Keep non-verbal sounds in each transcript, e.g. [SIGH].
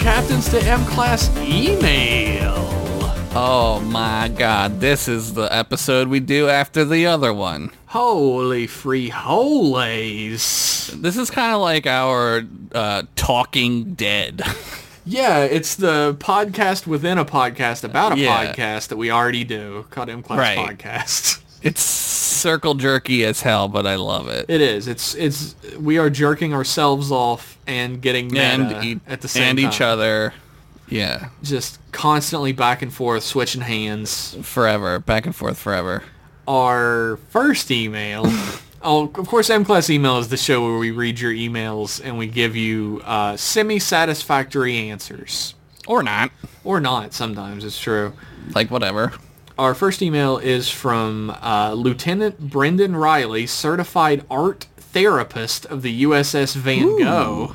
captains to M class email. Oh my god, this is the episode we do after the other one. Holy free holies. This is kind of like our uh, Talking Dead. [LAUGHS] Yeah, it's the podcast within a podcast about a Yeah. podcast that we already do called M class Right. podcast. it's circle jerky as hell, but I love it. [LAUGHS] It is. It's it's we are jerking ourselves off and getting meta and e- uh, at the same and time. each other. Yeah, Just constantly back and forth, switching hands. forever, back and forth forever. Our first email. oh, of course, M Class Email is the show where we read your emails and we give you uh, semi-satisfactory answers, Or not. or not. Sometimes it's true. Like whatever. Our first email is from uh, Lieutenant Brendan Riley, certified art therapist of the USS Van Gogh.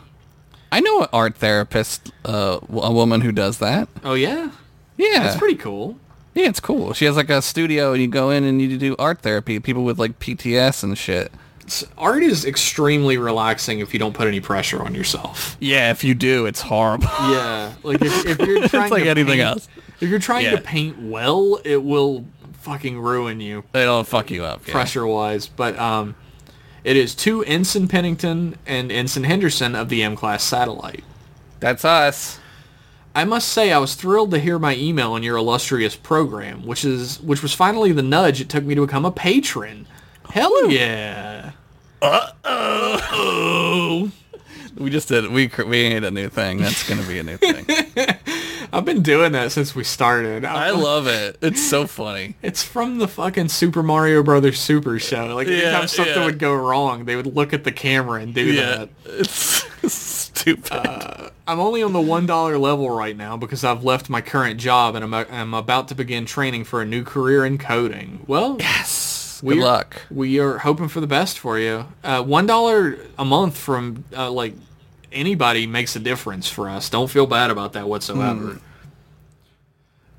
I know an art therapist, uh, w- a woman who does that. Oh yeah, Yeah. that's pretty cool. Yeah, it's cool. She has like a studio and you go in and you do art therapy, people with like PTS and shit. art is extremely relaxing if you don't put any pressure on yourself. Yeah, if you do, it's horrible. Yeah, like if, if [LAUGHS] you're trying like to anything paint- else. If you're trying Yeah. to paint well, it will fucking ruin you It'll fuck you up. yeah. pressure wise. But um, it is to Ensign Pennington and Ensign Henderson of the M class satellite. That's us. I must say I was thrilled to hear my email on your illustrious program, which is which was finally the nudge it took me to become a patron. Hell yeah. Oh. We just did. We cr- we made a new thing. That's gonna be a new [LAUGHS] thing. I've been doing that since we started. I love it. It's so funny. It's from the fucking Super Mario Brothers Super Show. Like Yeah, anytime something yeah. would go wrong, they would look at the camera and do that. it's [LAUGHS] stupid. I'm only on the one dollar level right now because I've left my current job and I'm, uh, I'm about to begin training for a new career in coding. Well, yes. we Good are- luck. We are hoping for the best for you. Uh, one dollar a month from uh, like anybody makes a difference for us. Don't feel bad about that whatsoever. Hmm.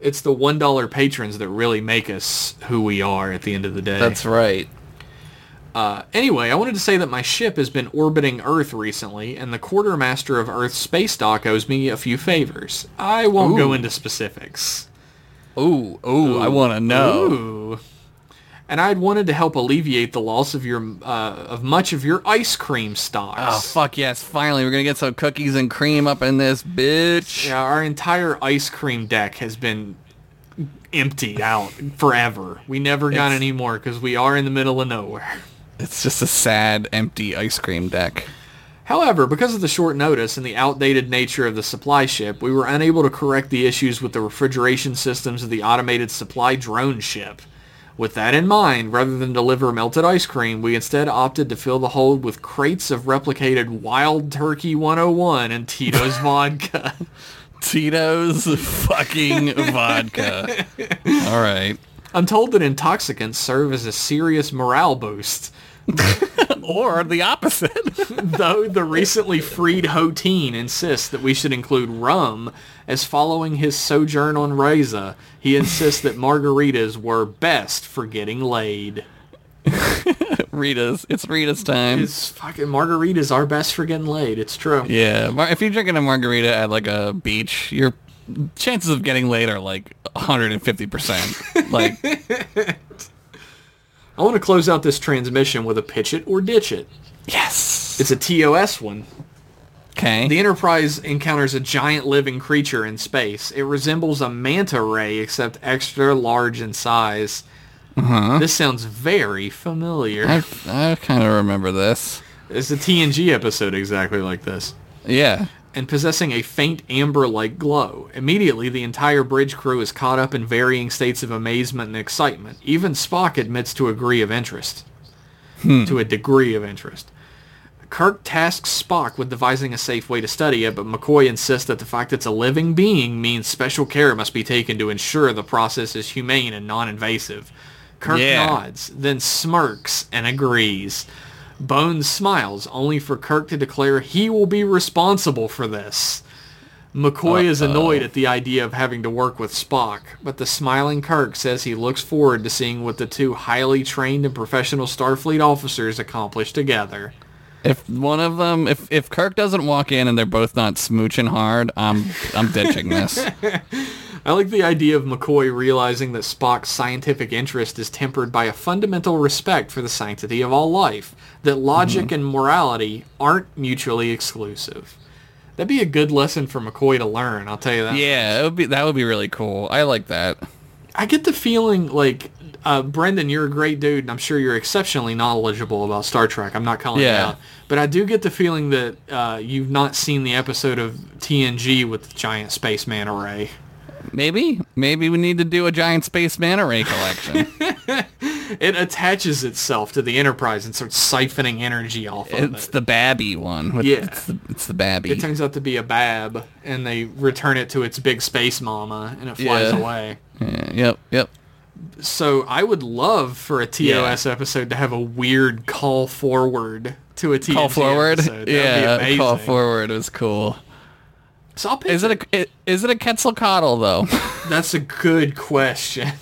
It's the one dollar patrons that really make us who we are at the end of the day. That's right. Anyway, I wanted to say that my ship has been orbiting Earth recently, and the quartermaster of Earth's space dock owes me a few favors. I won't go Ooh. into specifics. Ooh, ooh, I want to know. Ooh. And I'd wanted to help alleviate the loss of your uh, of much of your ice cream Oh stocks. fuck yes! Finally, we're gonna get some cookies and cream up in this bitch. Yeah, our entire ice cream deck has been emptied out forever. We never got It's- any more because we are in the middle of nowhere. It's just a sad, empty ice cream deck. However, because of the short notice and the outdated nature of the supply ship, we were unable to correct the issues with the refrigeration systems of the automated supply drone ship. With that in mind, rather than deliver melted ice cream, we instead opted to fill the hold with crates of replicated Wild Turkey 101 and Tito's vodka. Tito's fucking vodka. All right. I'm told that intoxicants serve as a serious morale boost, Or the opposite. though the recently freed Hoteen insists that we should include rum, as following his sojourn on Reza, he insists that margaritas were best for getting laid. [LAUGHS] Rita's. It's Rita's time. It's fucking margaritas are best for getting laid. It's true. yeah. Mar- if you're drinking a margarita at like a beach, your chances of getting laid are like [LAUGHS] 150%. like, I want to close out this transmission with a pitch it or ditch it. yes. It's a TOS one. Okay. The Enterprise encounters a giant living creature in space. It resembles a manta ray except extra large in size. This sounds very familiar. I, I kind of remember this. It's a TNG episode exactly like this. Yeah. And possessing a faint amber-like glow. Immediately, the entire bridge crew is caught up in varying states of amazement and excitement. Even Spock admits to a degree of interest. To a degree of interest. Kirk tasks Spock with devising a safe way to study it, but McCoy insists that the fact it's a living being means special care must be taken to ensure the process is humane and non-invasive. Kirk Yeah. nods, then smirks and agrees. Bones smiles, only for Kirk to declare he will be responsible for this. McCoy is annoyed at the idea of having to work with Spock, but the smiling Kirk says he looks forward to seeing what the two highly trained and professional Starfleet officers accomplish together. If one of them, if if Kirk doesn't walk in and they're both not smooching hard, I'm I'm [LAUGHS] ditching this. I like the idea of McCoy realizing that Spock's scientific interest is tempered by a fundamental respect for the sanctity of all life, that logic and morality aren't mutually exclusive. That'd be a good lesson for McCoy to learn, I'll tell you that. Yeah, it would be that would be really cool. I like that. I get the feeling like uh, Brendan, you're a great dude, and I'm sure you're exceptionally knowledgeable about Star Trek. I'm not calling Yeah. you out, but I do get the feeling that uh, you've not seen the episode of TNG with the giant spaceman array. Maybe maybe we need to do a giant space man array [LAUGHS] collection. It attaches itself to the Enterprise and starts siphoning energy off of it's it. the Babby one. With- Yeah. it's the, it's the Babby. It turns out to be a bab, and they return it to its big space mama, and it flies Yeah. away. Yeah, yep, yep. So I would love for a TOS episode to have a weird call forward to a TNG Call forward. episode. That would be yeah, amazing. call forward was cool. So I'll pick Is it a is it a Quetzalcoatl though? That's a good question. [LAUGHS]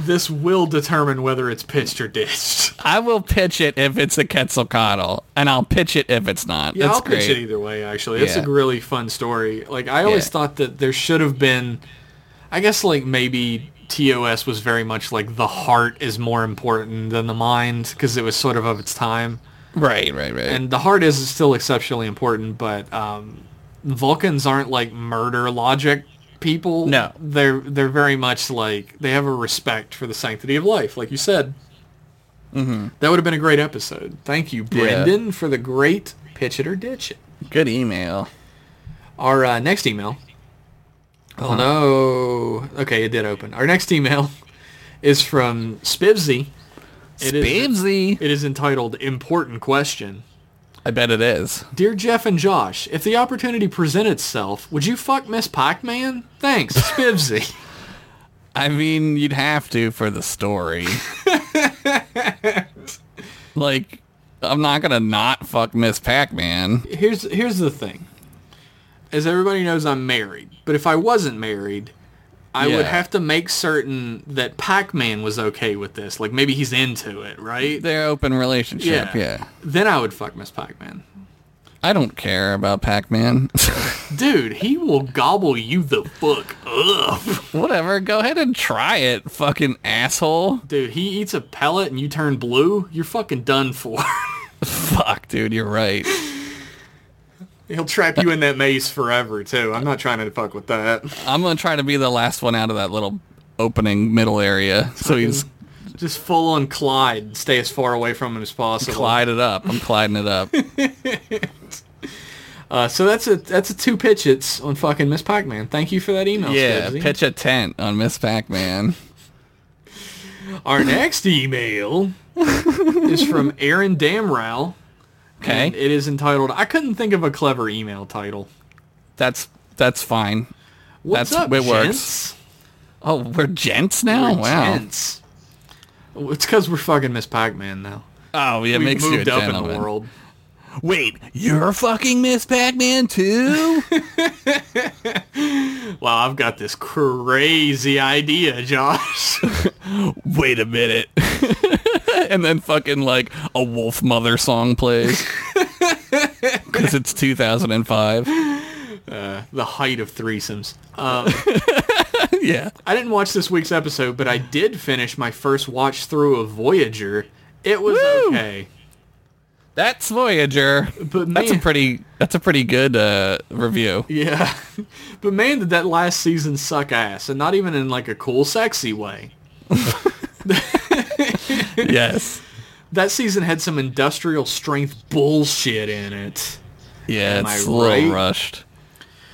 This will determine whether it's pitched or [LAUGHS] ditched. [LAUGHS] I will pitch it if it's a Quetzalcoatl, and I'll pitch it if it's not. Yeah, That's I'll great. pitch it either way. Actually, it's Yeah. a really fun story. Like I always Yeah. thought that there should have been. I guess like maybe TOS was very much like the heart is more important than the mind because it was sort of of its time, Right, right, right. and the heart is still exceptionally important. But um, Vulcans aren't like murder logic people. No. they're they're very much like they have a respect for the sanctity of life, like you said. That would have been a great episode. Thank you, Mm-hmm. Yeah. Brendan, for the great pitch it or ditch it. Good email. Our uh, next email. Uh-huh. Oh no! Okay, it did open. Our next email is from Spivsy. It is- Spivesy. It is entitled "Important Question." I bet it is. Dear Jeff and Josh, if the opportunity presented itself, would you fuck Miss Pac-Man? [LAUGHS] Thanks, Spivsy. I mean, you'd have to for [LAUGHS] the story. like, I'm not gonna not fuck Miss Pac-Man. here's here's the thing. As everybody knows, I'm married. But if I wasn't married, I Yeah. would have to make certain that Pac-Man was okay with this. Like maybe he's into it, right? Their open relationship. Yeah. Then I would fuck Miss Pac-Man. I don't care about Pac-Man. [LAUGHS] Dude, he will gobble you the fuck up. Whatever. Go ahead and try it, fucking asshole. [LAUGHS] Dude, he eats a pellet and you turn blue. You're fucking done for. [LAUGHS] Fuck, dude. You're right. He'll trap you in that maze forever too. I'm not trying to fuck with that. I'm gonna try to be the last one out of that little opening middle area. So he's Just full on Clyde. Stay as far away from him as possible. Clyde it up. I'm Clyding it [LAUGHS] up. Uh, so that's a that's a two pitchets on fucking Miss Pac-Man. Thank you for that email. yeah, Stubbsy. pitch a tent on Miss Pac-Man. Our next [LAUGHS] email is from Aaron Damrow. Okay, And it is entitled. I couldn't think of a clever email title. that's that's fine. What's That's- up, it works. gents? Oh, we're gents now. We're wow. gents. Well, It's because we're fucking Miss Pac-Man now. Oh, yeah, We makes you a moved up gentleman. in the world. Wait, you're fucking Miss Pac-Man too? Wow, I've got this crazy idea, Josh. [LAUGHS] Wait a minute. [LAUGHS] and then fucking like a Wolf Mother song plays. [LAUGHS] Because it's 2005. the height of threesomes. Uh, yeah. I didn't watch this week's episode, but I did finish my first watch through of Voyager. It was Woo! okay. [LAUGHS] That's Voyager. But that's a man- pretty that's a pretty good uh, review. [LAUGHS] Yeah. But man, did that last season suck ass, and not even in like a cool, sexy way. yes. That season had some industrial strength bullshit in it. Yeah, Am it's I a little right? rushed.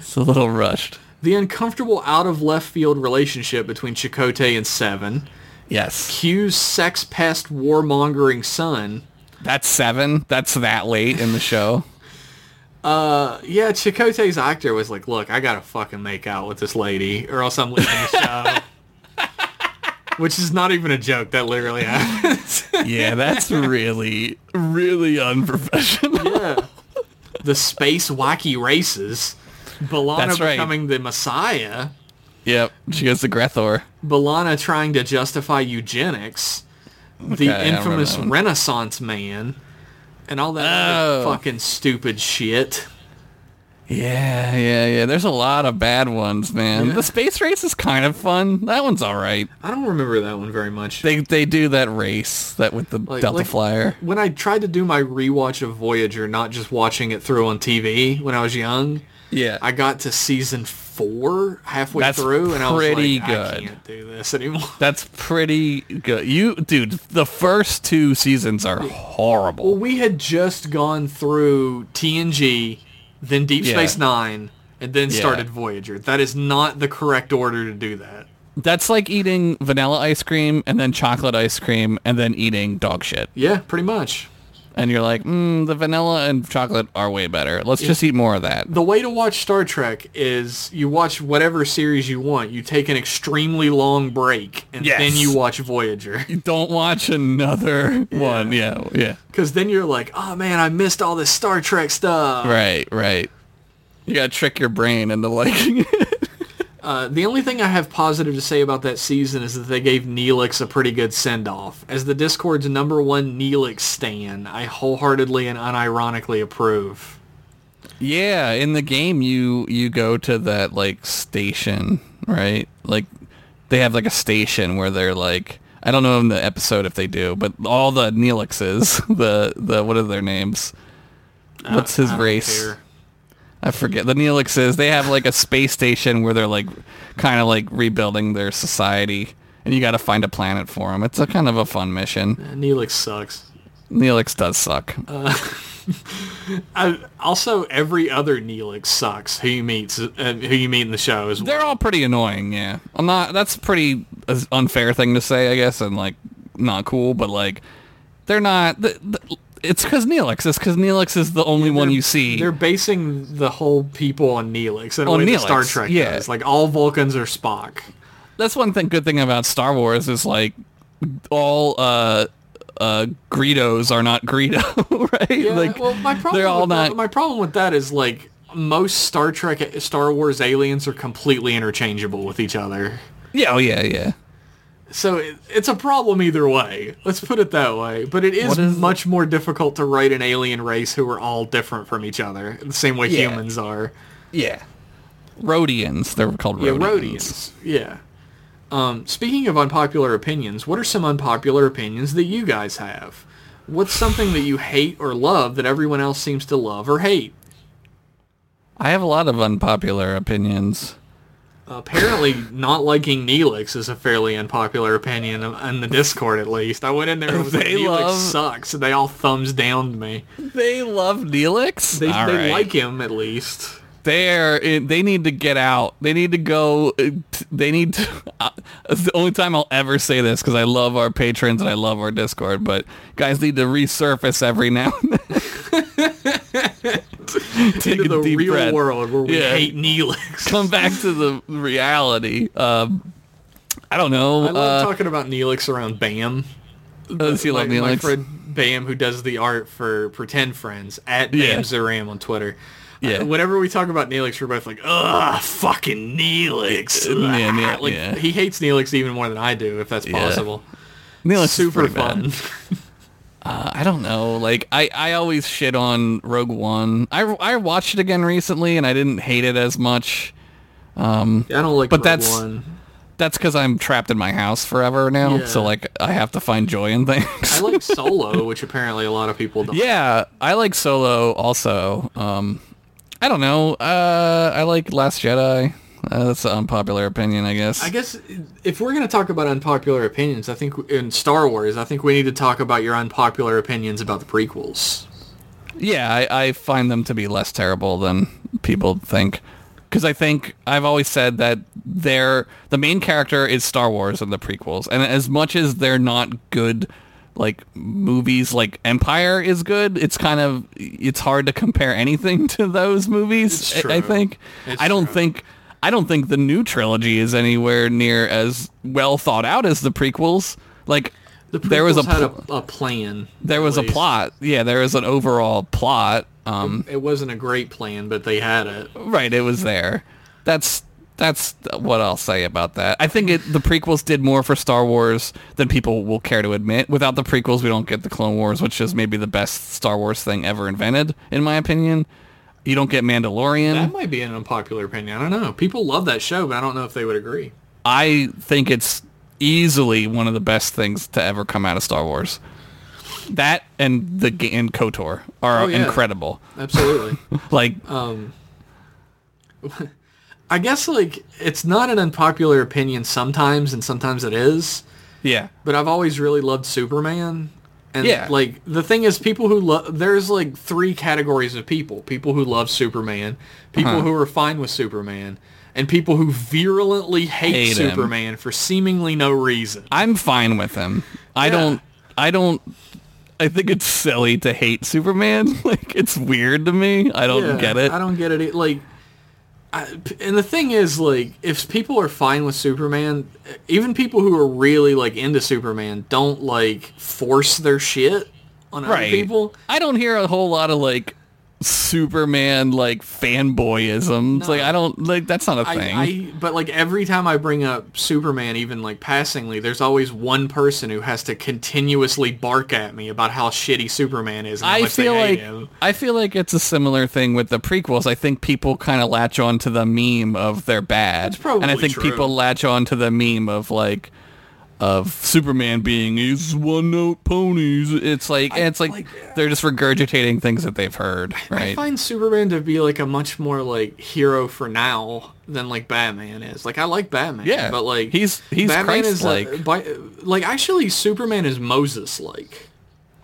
It's a little rushed. The uncomfortable out of left field relationship between Chakotay and Seven, Yes. Q's sex pest warmongering son. That's seven. That's that late in [LAUGHS] the show. Uh, yeah, Chakotay's actor was like, "Look, I gotta fucking make out with this lady, or else I'm leaving the [LAUGHS] show." Which is not even a joke. That literally happens. yeah, that's really, really unprofessional. Yeah. the space wacky races. Balana That's right. becoming the messiah. Yep. She goes to Grethor. Balana trying to justify eugenics. The Okay, I remember infamous that one. Oh. Renaissance man. and all that other fucking stupid shit. Yeah, yeah, yeah. There's a lot of bad ones, man. The space race is kind of fun. That one's all right. I don't remember that one very much. They they do that race that with the Like- Delta like- Flyer. When I tried to do my rewatch of Voyager, not just watching it through on TV when I was young, Yeah. I got to season four halfway That's through, and I was pretty like, I good. can't do this anymore. [LAUGHS] That's pretty good. You dude, the first two seasons are Well, horrible. we had just gone through TNG, then Deep Yeah. Space Nine, and then Yeah. started Voyager. That is not the correct order to do that. That's like eating vanilla ice cream and then chocolate ice cream and then eating dog shit. Yeah, pretty much. And you're like, mm, the vanilla and chocolate are way better. Let's just eat more of that. The way to watch Star Trek is you watch whatever series you want. You take an extremely long break, and Yes. then you watch Voyager. [LAUGHS] You don't watch another [LAUGHS] one. Yeah, yeah. Because then you're like, oh man, I missed all this Star Trek stuff. Right, right. You gotta trick your brain into liking it. [LAUGHS] Uh, the only thing I have positive to say about that season is that they gave Neelix a pretty good send-off. As the Discord's number one Neelix stan, I wholeheartedly and unironically approve. Yeah, in the game you you go to that like station, right? Like they have like a station where they're like I don't know in the episode if they do, but all the Neelixes, [LAUGHS] the the what are their names? What's his Uh, I don't race? care. I forget. The Neelixes, they have like a space station where they're like kind of like rebuilding their society and you got to find a planet for them. It's a kind of a fun mission. Neelix sucks. Neelix does suck. I, also, every other Neelix sucks. Who you meet, uh, who you meet in the show as well. They're all pretty annoying, yeah. I'm not. That's a pretty uh, unfair thing to say, I guess, and like not cool. But like, they're not. Th- th- it's because Neelix. It's because Neelix is the only one you see. They're basing the whole people on Neelix in a On way that Neelix, Star Trek yeah. does. Like all Vulcans are Spock. That's one thing. Good thing about Star Wars is like all uh uh Greedos are not [LAUGHS] Greedo, right? Yeah, like well, my problem they're all with that- not. my problem with that is like most Star Trek, Star Wars aliens are completely interchangeable with each other. yeah, oh yeah, yeah. So it, it's a problem either way. Let's put it that way. But it is, What is- much more difficult to write an alien race who are all different from each other, the same way Yeah. humans are. Yeah. Rhodians. They're called Yeah, Rhodians. Rhodians. Yeah. Um, speaking of unpopular opinions, what are some unpopular opinions that you guys have? What's something that you hate or love that everyone else seems to love or hate? I have a lot of unpopular opinions. Apparently, not liking Neelix is a fairly unpopular opinion in the Discord, at least. I went in there and was like, They Neelix love- sucks, and they all thumbs downed me. They love Neelix. They, All they right. like him, at least. they're in, they need to get out. They need to go. uh, t- They need to. [LAUGHS] Uh, it's the only time I'll ever say this because I love our patrons and I love our Discord, but guys need to resurface every now and then. [LAUGHS] Take Into a the deep real breath. world where we Yeah. hate Neelix. Come back to the reality. Um, I don't know. [LAUGHS] I love uh, talking about Neelix around Bam. does he my, love my Neelix? friend Bam, who does the art for Pretend Friends, at Bam Yeah. Zaram on Twitter. Yeah. Uh, whenever we talk about Neelix, we're both like, ugh, fucking Neelix. Yeah, Ah, yeah, [LAUGHS] like, yeah. He hates Neelix even more than I do, if that's possible. Neelix is Super pretty bad. fun. I don't know. Like I, I always shit on Rogue One. I, I watched it again recently and I didn't hate it as much. I don't like But Rogue that's- One. That's because I'm trapped in my house forever now. Yeah. So like I have to find joy in I things. like Solo, which apparently a lot of people don't. [LAUGHS] yeah, I like Solo also. Um, I don't know. Uh, I like Last Jedi. Uh, that's an unpopular opinion, I guess. I guess if we're going to talk about unpopular opinions, I think in Star Wars, I think we need to talk about your unpopular opinions about the prequels. yeah, I, I find them to be less terrible than people think. Because I think I've always said that they're the main character is Star Wars and the prequels, and as much as they're not good, like movies, like Empire is good. It's kind of it's hard to compare anything [LAUGHS] to those movies. It's I, I true. think It's I don't true. think I don't think the new trilogy is anywhere near as well thought out as the prequels. Like The prequels there was a had pl- a, a plan. there at was a least. plot. Yeah, there was an overall plot. Um, It wasn't a great plan, but they had it. Mm-hmm. Right, it was there. That's that's what I'll say about that. I think it, the prequels did more for Star Wars than people will care to admit. Without the prequels, we don't get the Clone Wars, which is maybe the best Star Wars thing ever invented, in my opinion. You don't get Mandalorian. That might be an unpopular opinion. I don't know. People love that show, but I don't know if they would agree. I think it's easily one of the best things to ever come out of Star Wars. That and the ga- and Kotor are Oh, yeah. Uh, incredible. [LAUGHS] Absolutely. Like I guess like it's not an unpopular opinion sometimes, and sometimes it is. yeah. But I've always really loved Superman. And Yeah. like the thing is people who love there's like three categories of people. People who love Superman, people Uh-huh. who are fine with Superman, and people who virulently hate, Hate him. Superman for seemingly no reason. I'm fine with him. I Yeah. don't. I don't. I think it's silly to hate Superman. [LAUGHS] Like it's weird to me. I don't Yeah, get it. I don't get it. e- Like, I, p- and the thing is, like, if people are fine with Superman, even people who are really like into Superman don't like force their shit on other people. I don't hear a whole lot of like Superman like fanboyism. It's Like I don't like that's not a thing. I, I but like every time I bring up Superman, even like passingly, there's always one person who has to continuously bark at me about how shitty Superman is. And how I much they feel hate like him. I feel like it's a similar thing with the prequels. I think people kind of latch on to the meme of they're bad, probably and I think true. people latch on to the meme of like of Superman being these one note ponies. It's like it's like, like- they're just regurgitating things that they've heard, I right? find Superman to be like a much more like hero for now than like Batman is. Like I like Batman, Yeah. but like He's- he's Batman is Christ-like. uh, by, like actually Superman is Moses like.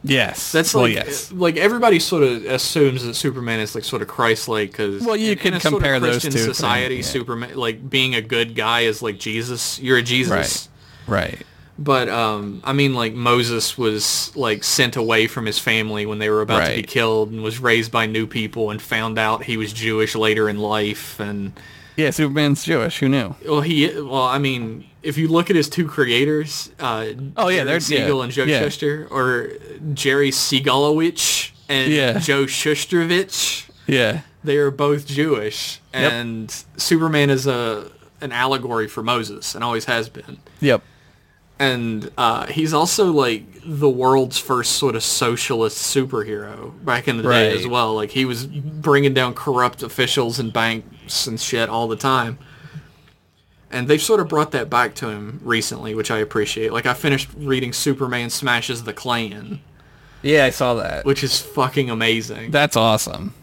yes, That's well, like yes. uh, like everybody sort of assumes that Superman is like sort of Christ like because Well, you in, can in a sort of compare those Christian two things, society yeah. Superman like being a good guy is like Jesus. You're a Jesus. Right. Right. But um, I mean, like Moses was like sent away from his family when they were about to be Right. killed, and was raised by new people, and found out he was Jewish later in life. And Yeah, Superman's Jewish. Who knew? well, he well, I mean, if you look at his two creators, uh, Oh, yeah, Jerry they're- Siegel yeah, and Joe yeah. Shuster, or Jerry Siegelowicz and Yeah. Joe Shusterovich. Yeah. They are both Jewish, Yep. and Superman is a an allegory for Moses, and always has been. Yep. and uh, he's also like the world's first sort of socialist superhero back in the day Right. as well. Like he was bringing down corrupt officials and banks and shit all the time. And they've sort of brought that back to him recently, which I appreciate. Like I finished reading Superman Smashes the Klan, Yeah, I saw that. which is fucking amazing. That's awesome.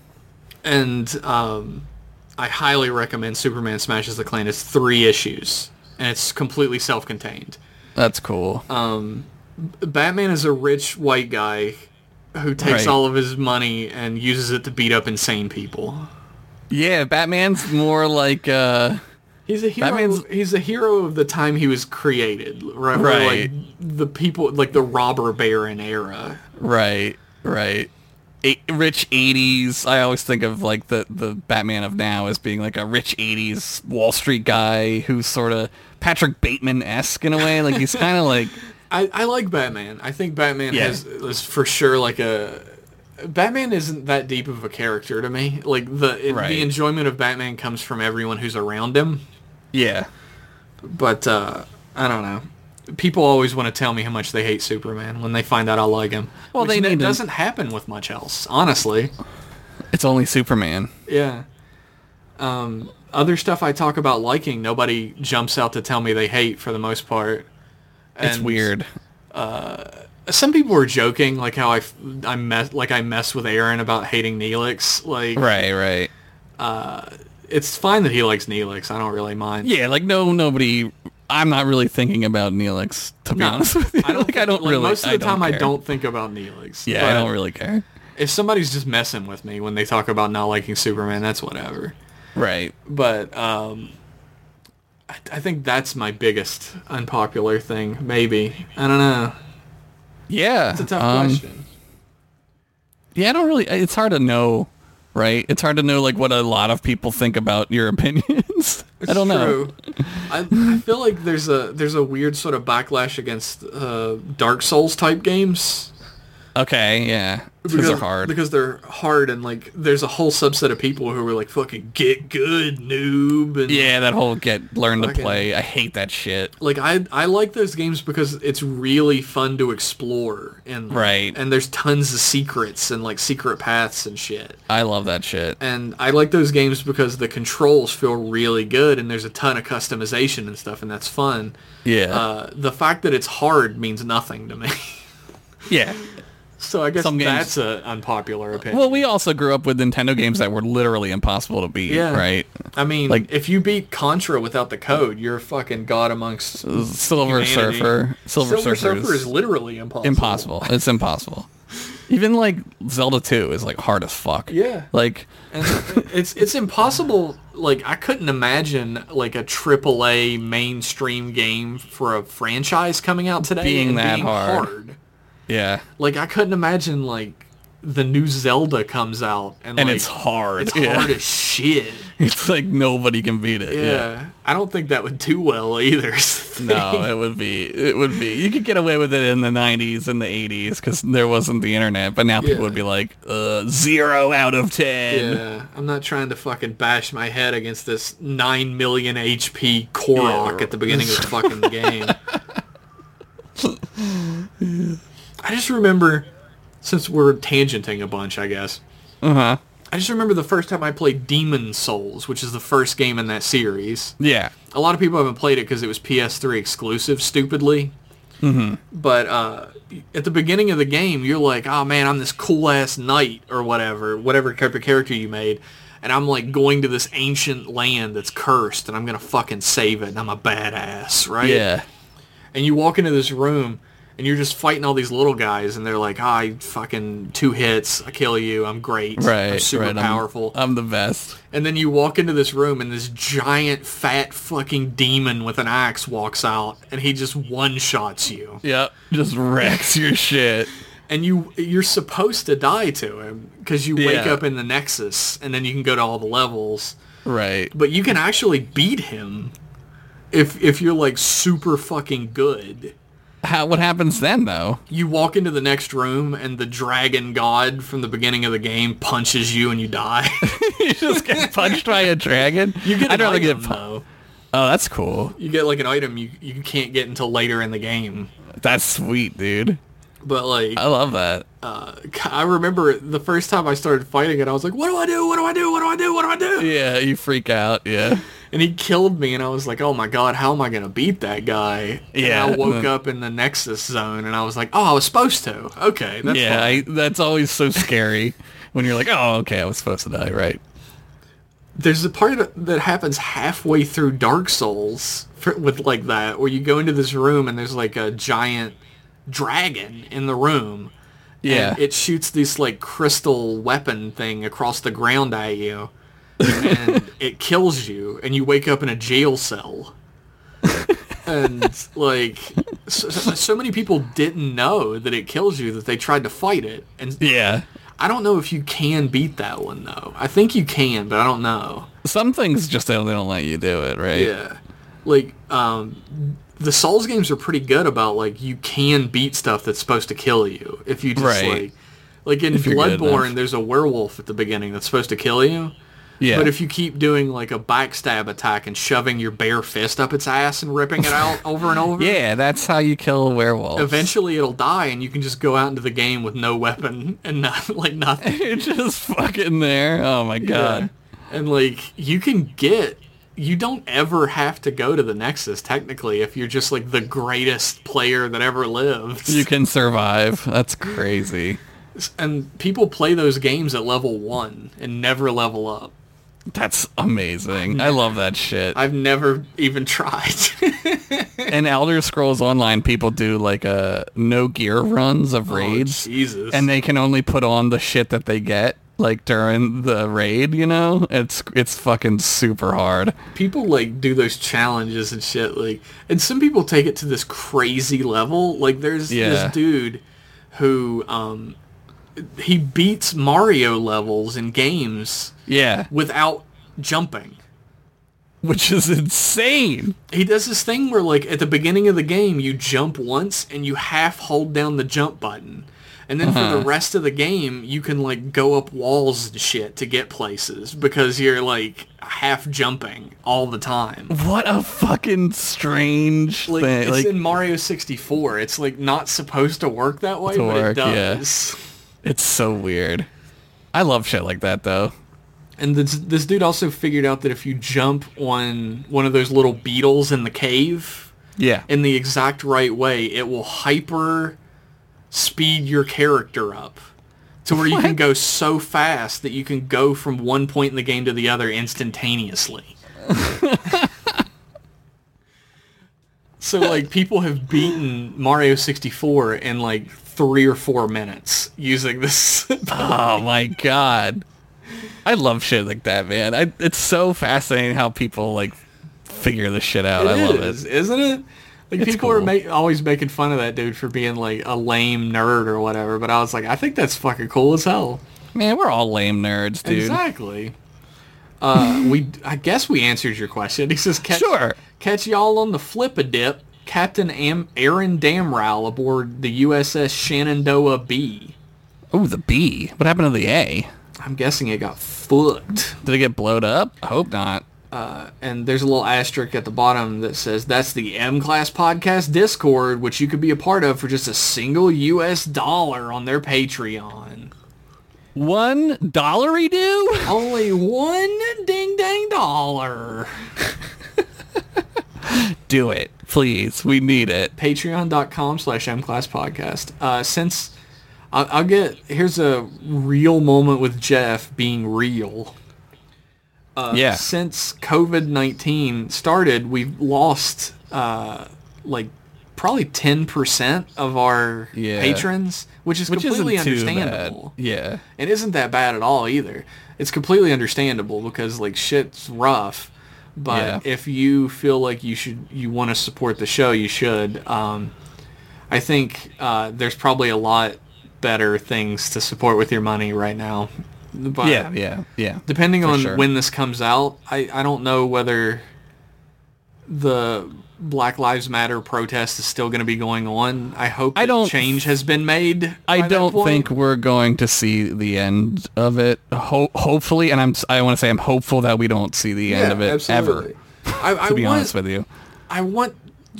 And um, I highly recommend Superman Smashes the Klan. It's three issues, and it's completely self-contained. That's cool. Um, Batman is a rich white guy who takes Right. all of his money and uses it to beat up insane people. yeah, Batman's more like uh He's a hero. Batman's- he's a hero of the time he was created, right? Where, Like Right. the people, like the robber baron era. Right, right. Eight, rich '80s. I always think of like the the Batman of now as being like a rich '80s Wall Street guy who's sort of Patrick Bateman esque in a way. Like he's kind of like I, I like Batman. I think Batman Yeah. has is for sure like a. Batman isn't that deep of a character to me. Like the Right. the enjoyment of Batman comes from everyone who's around him. [LAUGHS] yeah, But uh, I don't know. People always want to tell me how much they hate Superman when they find out I like him. Well, Which they n- need to- doesn't happen with much else, honestly. it's only Superman. Yeah. Um, other stuff I talk about liking, nobody jumps out to tell me they hate for the most part. It's And weird. Some people were joking, like how I, f- I mess, like I mess with Aaron about hating Neelix. Like Right, right. it's fine that he likes Neelix. I don't really mind. Yeah, like no, nobody. I'm not really thinking about Neelix to be No, honest with you. I don't. [LAUGHS] like I don't like, really. Most of the time, I care. don't think about Neelix. Yeah, I but- don't really care. if somebody's just messing with me when they talk about not liking Superman, that's whatever. Right. But um, I, I think that's my biggest unpopular thing. Maybe I don't know. Yeah. It's a tough um, question. Yeah, I don't really. It's hard to know, right? It's hard to know like what a lot of people think about your [LAUGHS] opinions. I don't [LAUGHS] know. know. I, I feel like there's a there's a weird sort of backlash against uh, Dark Souls type games. Okay, yeah. Because they're hard. Because they're hard, and like there's a whole subset of people who are like fucking get good noob. And, yeah, that whole get learn to Fucking- play. I hate that shit. Like I I like those games because it's really fun to explore and Right. and there's tons of secrets and like secret paths and shit. I love that shit. And I like those games because the controls feel really good and there's a ton of customization and stuff and that's fun. Yeah. Uh, the fact that it's hard means nothing to me. [LAUGHS] yeah. so I guess Some games- that's an unpopular opinion. Well, we also grew up with Nintendo games that were literally impossible to beat, Yeah. right? I mean, Like- like if you beat Contra without the code, you're a fucking god amongst Silver humanity. Surfer. Silver, Surfer, is, literally impossible. impossible. It's impossible. Even like Zelda 2 is like hard as fuck. Yeah. Like And it's it's impossible. Like I couldn't imagine like a triple A mainstream game for a franchise coming out today Being and that being hard. hard. yeah. Like I couldn't imagine like the new Zelda comes out and, And like, it's hard. It's [LAUGHS] yeah. hard as shit. [LAUGHS] It's like nobody can beat it. Yeah. Yeah. I don't think that would do well either. No, it would be. It would be. You could get away with it in the 90s and the 80s because there wasn't the internet, but now people Yeah. would be like, uh, zero out of 10. Yeah, I'm not trying to fucking bash my head against this 9 million HP Korok Yeah. at the beginning of the [LAUGHS] fucking game. I just remember, since we're tangenting a bunch, I guess. Uh-huh. I just remember the first time I played Demon Souls, which is the first game in that series. Yeah. A lot of people haven't played it because it was PS3 exclusive, stupidly. Mm-hmm. But uh, at the beginning of the game, you're like, oh man, I'm this cool ass knight or whatever, whatever type of character you made. And I'm like going to this ancient land that's cursed and I'm going to fucking save it and I'm a badass, right? Yeah. And you walk into this room and you're just fighting all these little guys and they're like, ah, I fucking two hits, I kill you, I'm great, Right. I'm super right. powerful. I'm, I'm the best. And then you walk into this room and this giant fat fucking demon with an axe walks out and he just one-shots you. Yep. Just wrecks your shit. And you you're supposed to die to him cuz you wake Yeah. up in the nexus and then you can go to all the levels, Right. but you can actually beat him if if you're like super fucking good. How? What happens then, though? [LAUGHS] You walk into the next room and the dragon god from the beginning of the game punches you and you die. [LAUGHS] you just get punched by a dragon. You get I'd rather get. item, Pu- though. oh, that's cool. You get like an item you you can't get until later in the game. That's sweet, dude. But like, I love that. uh, I remember the first time I started fighting it, I was like, "What do I do? What do I do? What do I do? What do I do?" Yeah, you freak out. Yeah. And he killed me, and I was like, "Oh my god, how am I gonna beat that guy?" Yeah, And I woke and then- up in the Nexus zone, and I was like, "Oh, I was supposed to. Okay, that's yeah, fine." I, that's always so scary when you're like, oh, okay, I was supposed to die, right? There's a part that happens halfway through Dark Souls for, with like that, where you go into this room and there's like a giant dragon in the room. Yeah. And it shoots this like crystal weapon thing across the ground at you, and it kills you, and you wake up in a jail cell. and like, so, so so many people didn't know that it kills you that they tried to fight it, and yeah. I don't know if you can beat that one though. I think you can, but I don't know. Some things just don't, they don't let you do it, right? Yeah, like um, the Souls games are pretty good about like you can beat stuff that's supposed to kill you if you just Right. like like in you're good Bloodborne. enough. There's a werewolf at the beginning that's supposed to kill you. Yeah. But if you keep doing like a backstab attack and shoving your bare fist up its ass and ripping it [LAUGHS] out over and over, yeah, that's how you kill werewolves. eventually it'll die and you can just go out into the game with no weapon and not [LAUGHS] like nothing. [LAUGHS] You're just fucking there. Oh my god. Yeah. Uh, And like you can get you don't ever have to go to the Nexus technically if you're just like the greatest player that ever lived. You can survive. That's crazy. and people play those games at level 1 and never level up. That's amazing. I love that shit. I've never even [LAUGHS] tried. In Elder Scrolls Online, people do like a no gear runs of Oh, raids, Jesus. and they can only put on the shit that they get like during the raid. You know, it's it's fucking super hard. people like do those challenges and shit like and some people take it to this crazy level like there's Yeah. this dude who um he beats mario levels in games Yeah, without jumping which is insane. he does this thing where like at the beginning of the game you jump once and you half hold down the jump button And then for the Uh-huh. rest of the game, you can like go up walls and shit to get places because you're like half jumping all the time. What a fucking strange Like thing. it's Like, in Mario 64. It's like not supposed to work that way, To but work, it yeah. does. it's so weird. I love shit like that though. And this, this dude also figured out that if you jump on one of those little beetles in the cave Yeah. in the exact right way, it will hyper speed your character up to where you can What? go so fast that you can go from one point in the game to the other [LAUGHS] instantaneously. so like people have beaten Mario 64 in like 3 or 4 minutes using this oh my god. I love shit like that, man. I, it's so fascinating how people like figure this shit out. I love it. is, isn't it? Like It's people are cool. ma- always making fun of that dude for being like a lame nerd or whatever, but I was like, I think that's fucking cool as hell. Man, we're all lame nerds, dude. Exactly. Uh, we, I guess we answered your question. [LAUGHS] He says, catch, Sure. catch y'all on the flip a dip, Captain Am- Aaron Damrell aboard the USS Shenandoah B. Oh, the B. What happened to the A? I'm guessing it got fucked. Did it get blowed up? I hope not. and there's a little asterisk at the bottom that says that's the M Class Podcast Discord, which you could be a part of for just a single U.S. dollar on their Patreon. One dollary do? Only one ding dang dollar. Do it, please. We need it. Patreon.com slash M Class Podcast. Uh, since I'll, I'll get here's a real moment with Jeff being real. Uh, yeah. Since COVID nineteen started, we've lost uh, like probably ten percent of our Yeah. patrons, which is Which completely isn't too understandable. bad. Yeah. It isn't that bad at all either. It's completely understandable because like shit's rough. But Yeah. if you feel like you should, you want to support the show, you should. Um, I think uh, there's probably a lot better things to support with your money right now. But Yeah, yeah, yeah. depending on sure. when this comes out, I, I don't know whether the Black Lives Matter protest is still going to be going on. I hope I that don't- change has been made. by I that don't point. think we're going to see the end of it. Ho- hopefully, and I'm s- I want to say I'm hopeful that we don't see the end of it ever. I, I To be want, honest with you. I want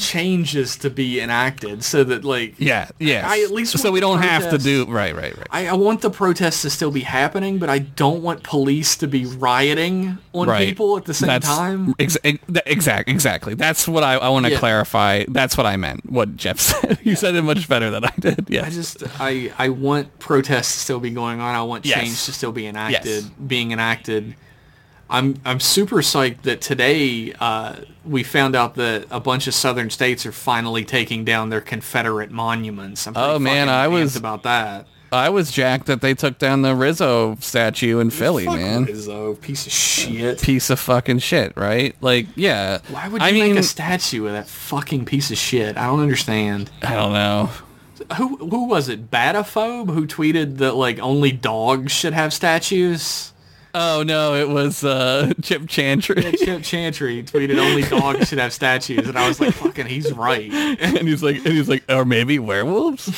changes to be enacted so that like Yeah, yeah. I at least so want we the don't have to protest- do right, right, right. I, I want the protests to still be happening, but I don't want police to be rioting on Right. people at the same That's time. Ex- ex- exact, exactly. That's what I, I want to Yeah. clarify. That's what I meant. What Jeff [LAUGHS] said. you said it much better than I did. Yeah. I just I I want protests to still be going on. I want Yes. change to still be enacted, being enacted. I'm I'm super psyched that today uh, we found out that a bunch of southern states are finally taking down their Confederate monuments. I'm pretty Oh, man, fucking I was- amped about that. I was jacked that they took down the Rizzo statue in Philly, Fuck man. Lizzo, piece of shit. Piece of fucking shit, right? Like, yeah. Why would you I make mean, a statue of that fucking piece of shit? I don't understand. I don't know. Who who was it? Bataphobe who tweeted that like only dogs should have [LAUGHS] statues. Oh no, it was uh, [LAUGHS] Chip Chantry, Chip Chantry tweeted only dogs should have statues, and I was like, fucking, he's right. [LAUGHS] and he's like, and he's like, or maybe werewolves.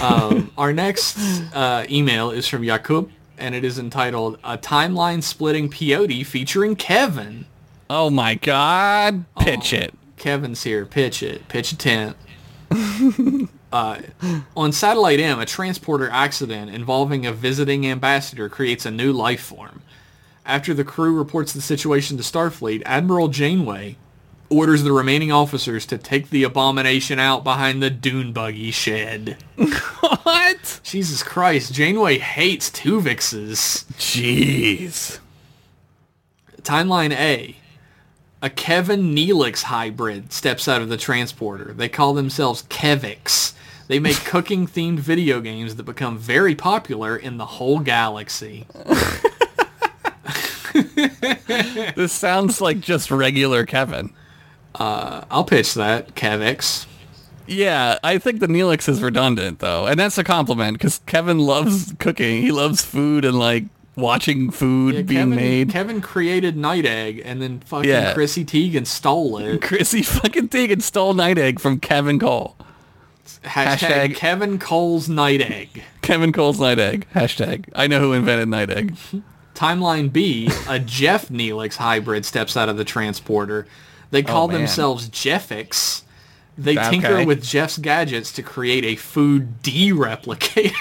Um, our next uh, email is from Yakub, and it is entitled "A Timeline Splitting Peyote featuring Kevin." Oh my god, pitch it. [LAUGHS] Kevin's here. Pitch it. Pitch a tent. [LAUGHS] uh, on Satellite M, a transporter accident involving a visiting ambassador creates a new life form. After the crew reports the situation to Starfleet, Admiral Janeway orders the remaining officers to take the abomination out behind the dune buggy shed. What? Jesus Christ, Janeway hates Tuvixes. Jeez. Timeline A. A Kevin Neelix hybrid steps out of the transporter. They call themselves Kevix. They [LAUGHS] make cooking-themed video games that become very popular in the whole galaxy. This sounds like just regular Kevin. I'll pitch that, Kevix. Yeah, I think the Neelix is redundant though, and that's a compliment because Kevin loves cooking. He loves food and like watching food Yeah, being Kevin, made. Kevin created Night Egg, and then fucking Yeah. Chrissy Teigen stole it. Chrissy fucking Teigen stole Night Egg from Kevin Cole. Hashtag, [LAUGHS] Hashtag- Kevin Cole's Night Egg. Kevin Cole's Night Egg. Hashtag. I know who invented Night [LAUGHS] Egg. Timeline B, a Jeff Neelix hybrid steps out of the transporter. They call Oh, man. themselves Jeffix. They Okay. tinker with Jeff's gadgets to create a food [LAUGHS] dereplicator.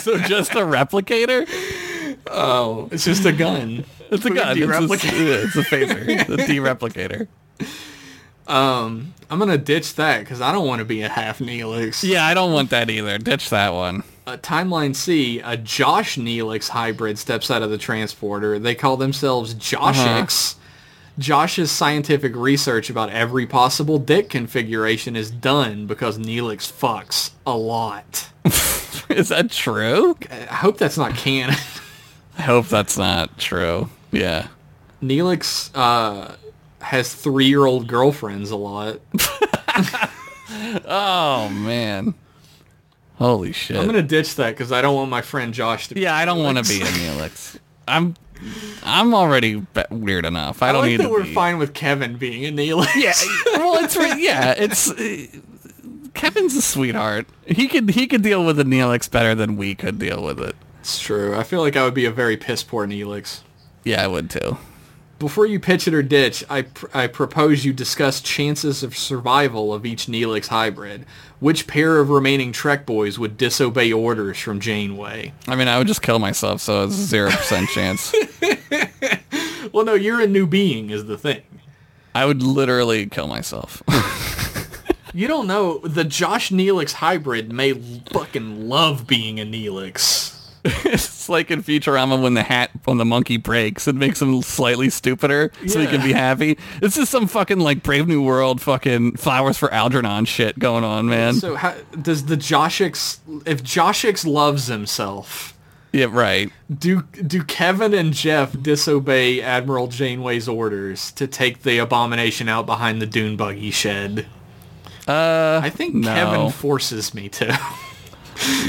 So just a replicator? it's just a gun. It's a Food gun. It's a, dereplicator. yeah, it's a phaser. It's a dereplicator. I'm going to ditch that because I don't want to be a half Neelix. Yeah, I don't want that either. Ditch that one. [LAUGHS] Uh, timeline C, a Josh Neelix hybrid steps out of the transporter. They call themselves Uh-huh. Joshix. Josh's scientific research about every possible dick configuration is done because Neelix fucks a lot. Is that true? I hope that's not canon. [LAUGHS] I hope that's not true. Yeah. Neelix uh, has three-year-old girlfriends a lot. Oh man. Holy shit. I'm gonna ditch that because I don't want my friend Josh to. yeah, I don't want to be a Neelix. I'm I'm already be- weird enough. I, I don't like need that to we're be. fine with Kevin being a Neelix. Yeah. Well, it's re- yeah, it's uh, Kevin's a sweetheart. He could he could deal with a Neelix better than we could deal with it. it's true. I feel like I would be a very piss poor Neelix. Yeah, I would too. Before you pitch it or ditch, I, pr- I propose you discuss chances of survival of each Neelix hybrid. Which pair of remaining Trek boys would disobey orders from Janeway? I mean, I would just kill myself, so it's [LAUGHS] zero percent chance. Well, no, you're a new being is the thing. I would literally kill myself. [LAUGHS] You don't know. The Josh Neelix hybrid may l- fucking love being a Neelix. it's like in Futurama when the hat on the monkey breaks, it makes him slightly stupider, so he can Yeah. be happy. This is some fucking like Brave New World fucking flowers for Algernon shit going on, man. So how, does the Joshix, if Joshix loves himself, yeah, right. do do Kevin and Jeff disobey Admiral Janeway's orders to take the abomination out behind the dune buggy shed? Uh, I think no. Kevin forces me to. [LAUGHS]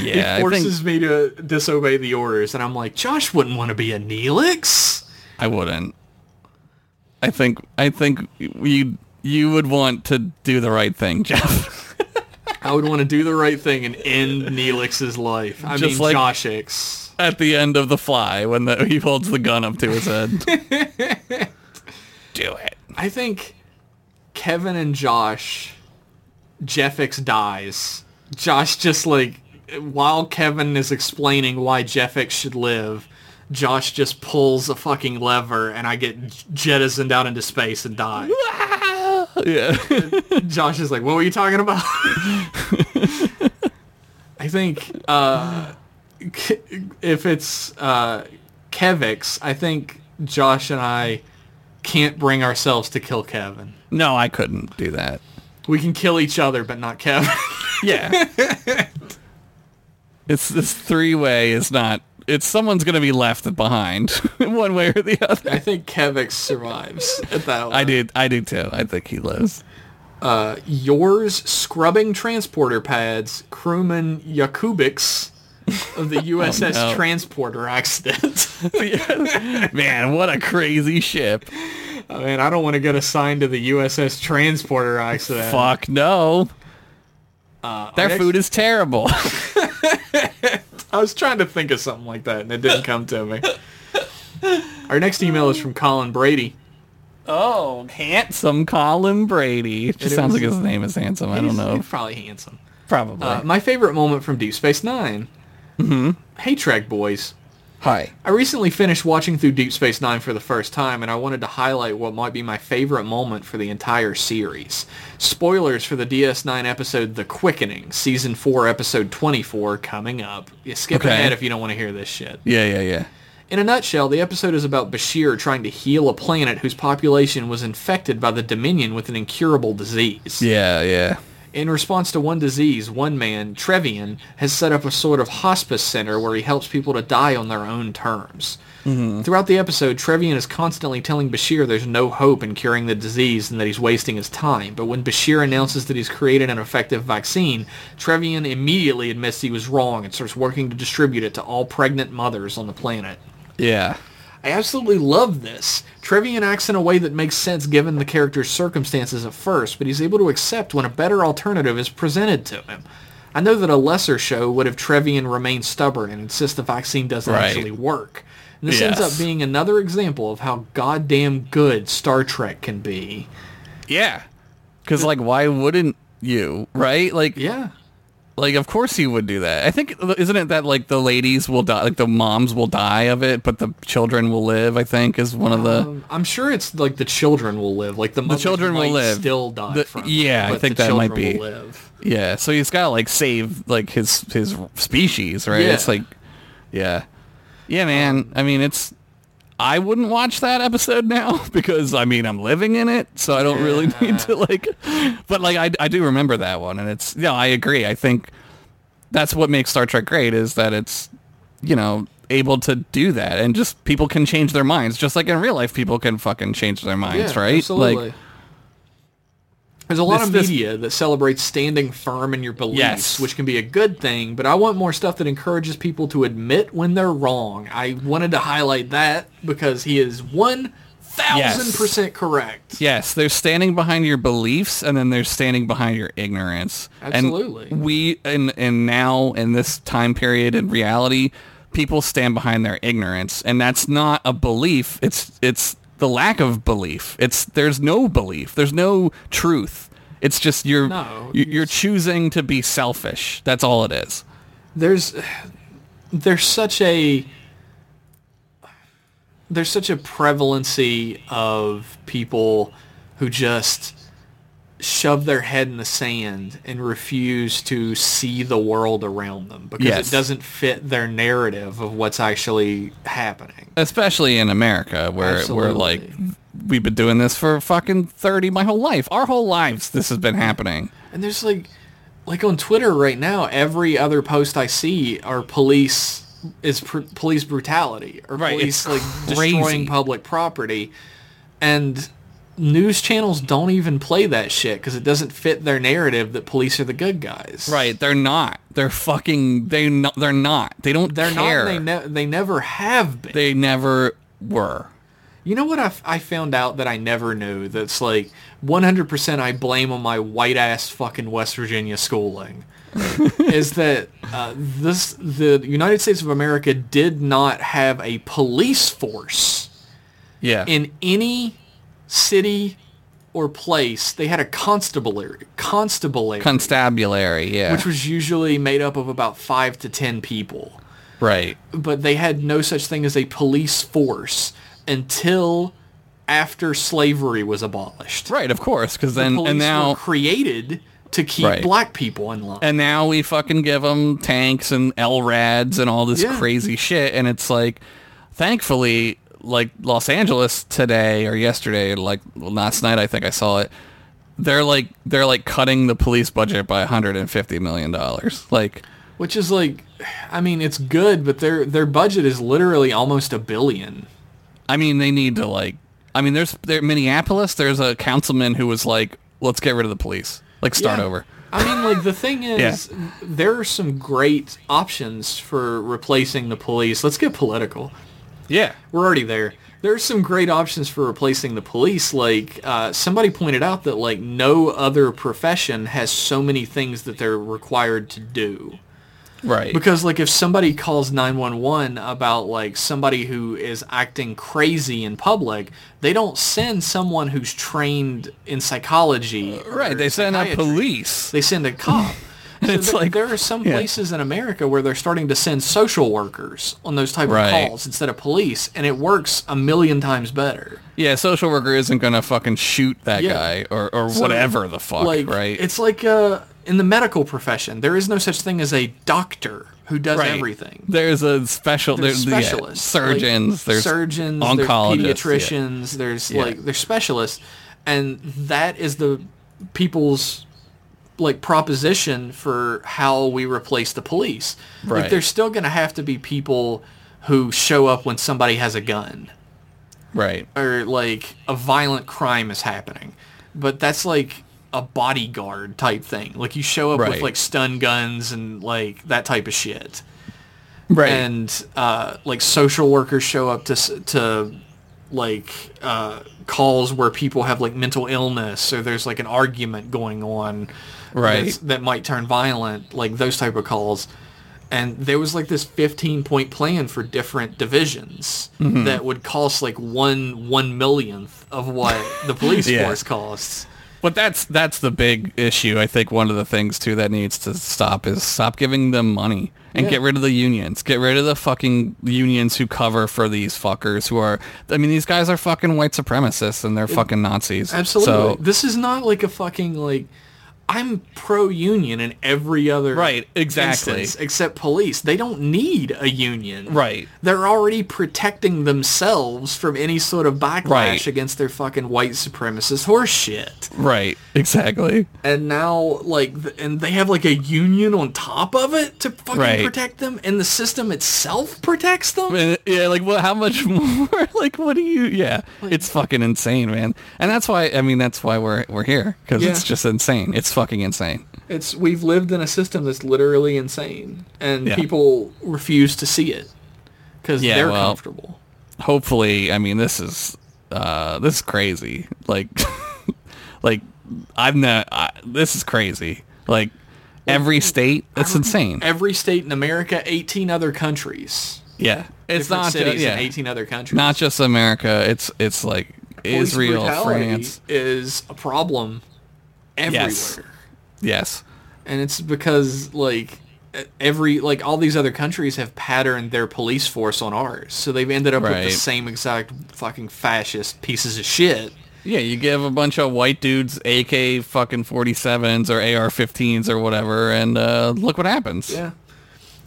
Yeah, he I think forces me to disobey the orders, and I'm like, Josh wouldn't want to be a Neelix. I wouldn't. I think I think you you would want to do the right thing, [LAUGHS] Jeff. I would want to do the right thing and end Neelix's life. I Just mean, like- Joshix. At the end of the fly, when the, he holds the gun up to his head, do it. I think Kevin and Josh, Jeffix dies. Josh just like while Kevin is explaining why Jeffix should live, Josh just pulls a fucking lever and I get jettisoned out into space and die. Yeah. Josh is like, "What were you talking about?" [LAUGHS] I think uh, K- if it's uh, Kevix, I think Josh and I can't bring ourselves to kill Kevin. No, I couldn't do that. We can kill each other, but not [LAUGHS] Kevin. Yeah. it's this three way is not it's someone's gonna be left behind [LAUGHS] one way or the other. I think Kevix survives at that one. I do I do too. I think he lives. [LAUGHS] Yours scrubbing transporter pads, crewman Yakubix of [LAUGHS] the USS no. transporter [LAUGHS] accident. Man, what a crazy ship. I mean, I don't want to get assigned to the USS transporter accident. Fuck no. Their next- food is terrible. [LAUGHS] I was trying to think of something like that, and it didn't come to me. Our next email is from Colin Brady. oh, handsome Colin Brady. It just It sounds was- like his name is handsome. I don't He's- know. He's probably handsome. Probably. Uh, my favorite moment from Deep Space 9 Mm-hmm. Hey, Trek boys. Hi. I recently finished watching through Deep Space Nine for the first time, and I wanted to highlight what might be my favorite moment for the entire series. Spoilers for the DS9 episode The Quickening, Season 4, Episode 24, coming up. You skip Okay. ahead if you don't want to hear this shit. Yeah, yeah, yeah. In a nutshell, the episode is about Bashir trying to heal a planet whose population was infected by the Dominion with an incurable disease. Yeah, yeah. In response to one disease, one man, Trevian, has set up a sort of hospice center where he helps people to die on their own terms. Throughout the episode, Trevian is constantly telling Bashir there's no hope in curing the disease and that he's wasting his time. But when Bashir announces that he's created an effective vaccine, Trevian immediately admits he was wrong and starts working to distribute it to all pregnant mothers on the planet. Yeah. I absolutely love this. Trevian acts in a way that makes sense given the character's circumstances at first, but he's able to accept when a better alternative is presented to him. I know that a lesser show would have Trevian remain stubborn and insist the vaccine doesn't Right. actually work. And this ends Yes. up being another example of how goddamn good Star Trek can be. Yeah. Because, like, why wouldn't you, right? Like, Yeah. like of course he would do that. I think, isn't it that, like, the ladies will die, like, the moms will die of it, but the children will live, I think, is one of the... Um, I'm sure it's like the children will live. Like the, mothers children will might live. Still die The- from. it, yeah, I but think the that might children be- Will live. Yeah, so he's got to like save like his his species, right? Yeah. It's like, yeah, yeah, man. I mean, it's I wouldn't watch that episode now [LAUGHS] because I mean I'm living in it, so I don't really need to like. But like I I do remember that one, and it's yeah, I agree. I think that's what makes Star Trek great is that it's you know able to do that, and just people can change their minds, just like in real life, people can fucking change their minds, yeah, right? Absolutely. Like there's a lot This- of this- media that celebrates standing firm in your beliefs, Yes. which can be a good thing, but I want more stuff that encourages people to admit when they're wrong. I wanted to highlight that because he is 1000% correct. Yes, there's standing behind your beliefs, and then there's standing behind your ignorance. And Absolutely. we and and now in this time period in reality, people stand behind their ignorance, and that's not a belief. It's it's the lack of belief. It's there's no belief. There's no truth. It's just you're No, you- you're choosing to be selfish. That's all it is. there's there's such a there's such a prevalency of people who just shove their head in the sand and refuse to see the world around them because Yes. it doesn't fit their narrative of what's actually happening. especially in America where we're like Absolutely. we've been doing this for fucking 30 my whole life. Our whole lives this has been happening. And there's like, like on Twitter right now, every other post I see are police is pr- police brutality or Right, police it's like crazy. destroying public property, and news channels don't even play that shit because it doesn't fit their narrative that police are the good guys. Right, they're not. They're fucking they no, they're not. They don't They're not. care. They, ne- they never have been. they never were. You know what I, f- I found out that I never knew that's like 100% I blame on my white ass fucking West Virginia schooling is that uh, this the United States of America did not have a police force Yeah. in any city or place. They had a constabulary constabulary constabulary, yeah. which was usually made up of about 5 to 10 people right. but they had no such thing as a police force until after slavery was abolished. Right, of course, cuz then Police and now were created to keep Right. black people in line. and now we fucking give them tanks and LRADs and all this Yeah. crazy shit. And it's like, thankfully, like Los Angeles today or yesterday, or like last night, I think I saw it. They're like they're like cutting the police budget by 150 million dollars. Like, which is like I mean it's good but their their budget is literally almost a billion. I mean, they need to like. I mean, there's there Minneapolis. There's a councilman who was like, "Let's get rid of the police. Like, start Yeah. over." I mean like the [LAUGHS] thing is there are some great options for replacing the police. Let's get political. Yeah. we're already there. There are some great options for replacing the police. Like uh, somebody pointed out that like no other profession has so many things that they're required to do. Right. Because like if somebody calls 911 about like somebody who is acting crazy in public, they don't send someone who's trained in psychology. right. or They send a psychiatry. police. They send a [LAUGHS] cop. So It's there, like- there are some yeah. places in America where they're starting to send social workers on those type Right. of calls instead of police, and it works a million times better. Yeah, social worker isn't gonna fucking shoot that Yeah. guy or, or So, whatever the fuck, like right? it's like uh, in the medical profession, there is no such thing as a doctor who does right. everything. There's a special. There's there's yeah, specialists, surgeons. like, there's surgeons, oncologists, yeah. there's pediatricians. There's Yeah. like there's specialists, and that is the people's like proposition for how we replace the police. Right. Like, there's still going to have to be people who show up when somebody has a gun Right. or like a violent crime is happening, but that's like a bodyguard type thing. Like you show up Right. with like stun guns and like that type of shit. Right. And uh, like social workers show up to s- to like uh, calls where people have like mental illness or there's like an argument going on Right. that's- that might turn violent, like those type of calls. And there was like this 15 point plan for different divisions Mm-hmm. that would cost like one one millionth of what the police [LAUGHS] Yeah. force costs. But that's that's the big issue. I think one of the things too that needs to stop is stop giving them money and Yeah. get rid of the unions. Get rid of the fucking unions who cover for these fuckers who are. I mean, these guys are fucking white supremacists and they're fucking Nazis. Absolutely. So, this is not like a fucking like I'm pro union in every other Right, exactly. instance except police. They don't need a union. Right. They're already protecting themselves from any sort of backlash Right. against their fucking white supremacist horse shit. right, [LAUGHS] exactly. And now like th- and they have like a union on top of it to fucking Right. protect them and the system itself protects them. And, yeah, like well, how much [LAUGHS] more? like, what do you? Yeah, it's fucking insane, man. And that's why. I mean, that's why we're we're here because Yeah. it's just insane. It's fucking insane. It's we've lived in a system that's literally insane, and Yeah. people refuse to see it because Yeah, they're well- comfortable. hopefully i mean this is uh this is crazy like [LAUGHS] like i've not I, this is crazy like every state it's insane Every state in America, eighteen other countries, yeah it's different not cities just, yeah, in eighteen other countries. not just america it's it's like Police israel brutality france is a problem everywhere, Yes. yes and it's because like e, every like all these other countries have patterned their police force on ours, so they've ended up with the Right. same exact fucking fascist pieces of shit. yeah you give a bunch of white dudes ak fucking 47s or ar-15s or whatever and uh look what happens Yeah.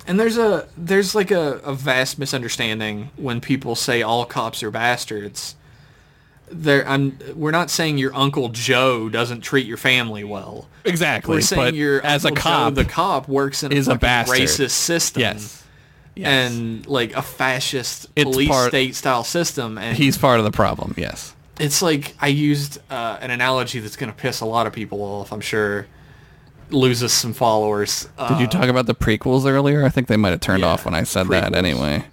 And there's a there's like a, a vast misunderstanding when people say all cops are bastards. There I'm we're not saying your uncle Joe doesn't treat your family well. exactly We're saying but your as a Uncle cop Joe, the cop works in is a a, fucking bastard. racist system. yes Yes. And like a fascist It's police part- state style system and he's part of the problem yes it's like I used uh, an analogy that's going to piss a lot of people off, I'm sure. Loses some followers. Uh, Did you talk about the prequels earlier? I think they might have turned yeah, off when I said that prequels. anyway.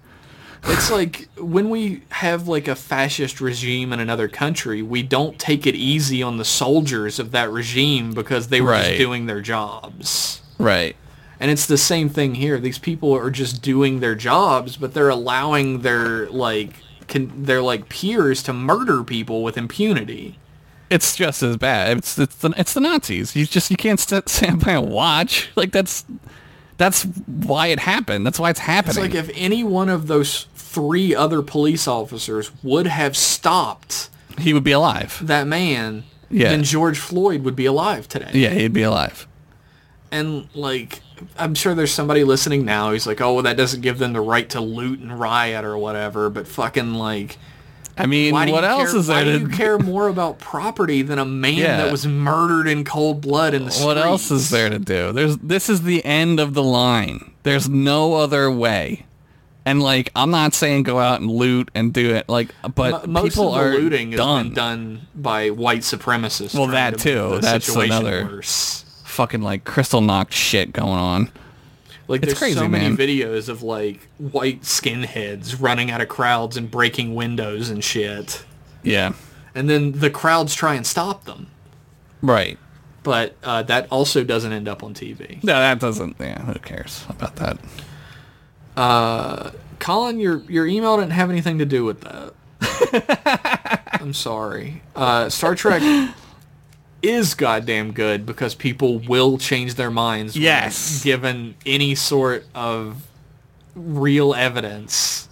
It's like when we have like a fascist regime in another country, we don't take it easy on the soldiers of that regime because they were Right. just doing their jobs. Right. And it's the same thing here. These people are just doing their jobs, but they're allowing their like can, their like peers to murder people with impunity. It's just as bad. It's it's the, it's the Nazis. You just you can't sit, stand by and watch. Like that's that's why it happened. That's why it's It's happening. like if any one of those three other police officers would have stopped he would be alive. that man, Yeah. then George Floyd would be alive today. Yeah, he'd be alive. and like I'm sure there's somebody listening now who's like, oh, well, that doesn't give them the right to loot and riot or whatever. But fucking like, I mean, why do what you else care, is there Why to do you care more about property than a man Yeah. that was murdered in cold blood in the street? What else is there to do? There's this is the end of the line. There's no other way. And like I'm not saying go out and loot and do it like but Most of people the are looting has done. been done by white supremacists. Well, trying that to make too. the That's situation another- Worse. fucking like crystal knock shit going on. Like It's there's crazy, so many man. videos of like white skinheads running out of crowds and breaking windows and shit, Yeah. and then the crowds try and stop them. Right. but uh, that also doesn't end up on TV. No, that doesn't. Yeah, who cares about that? Colin, your your email didn't have anything to do with that. I'm sorry. Uh, Star Trek is goddamn good because people will change their minds. when Yes. given any sort of real evidence.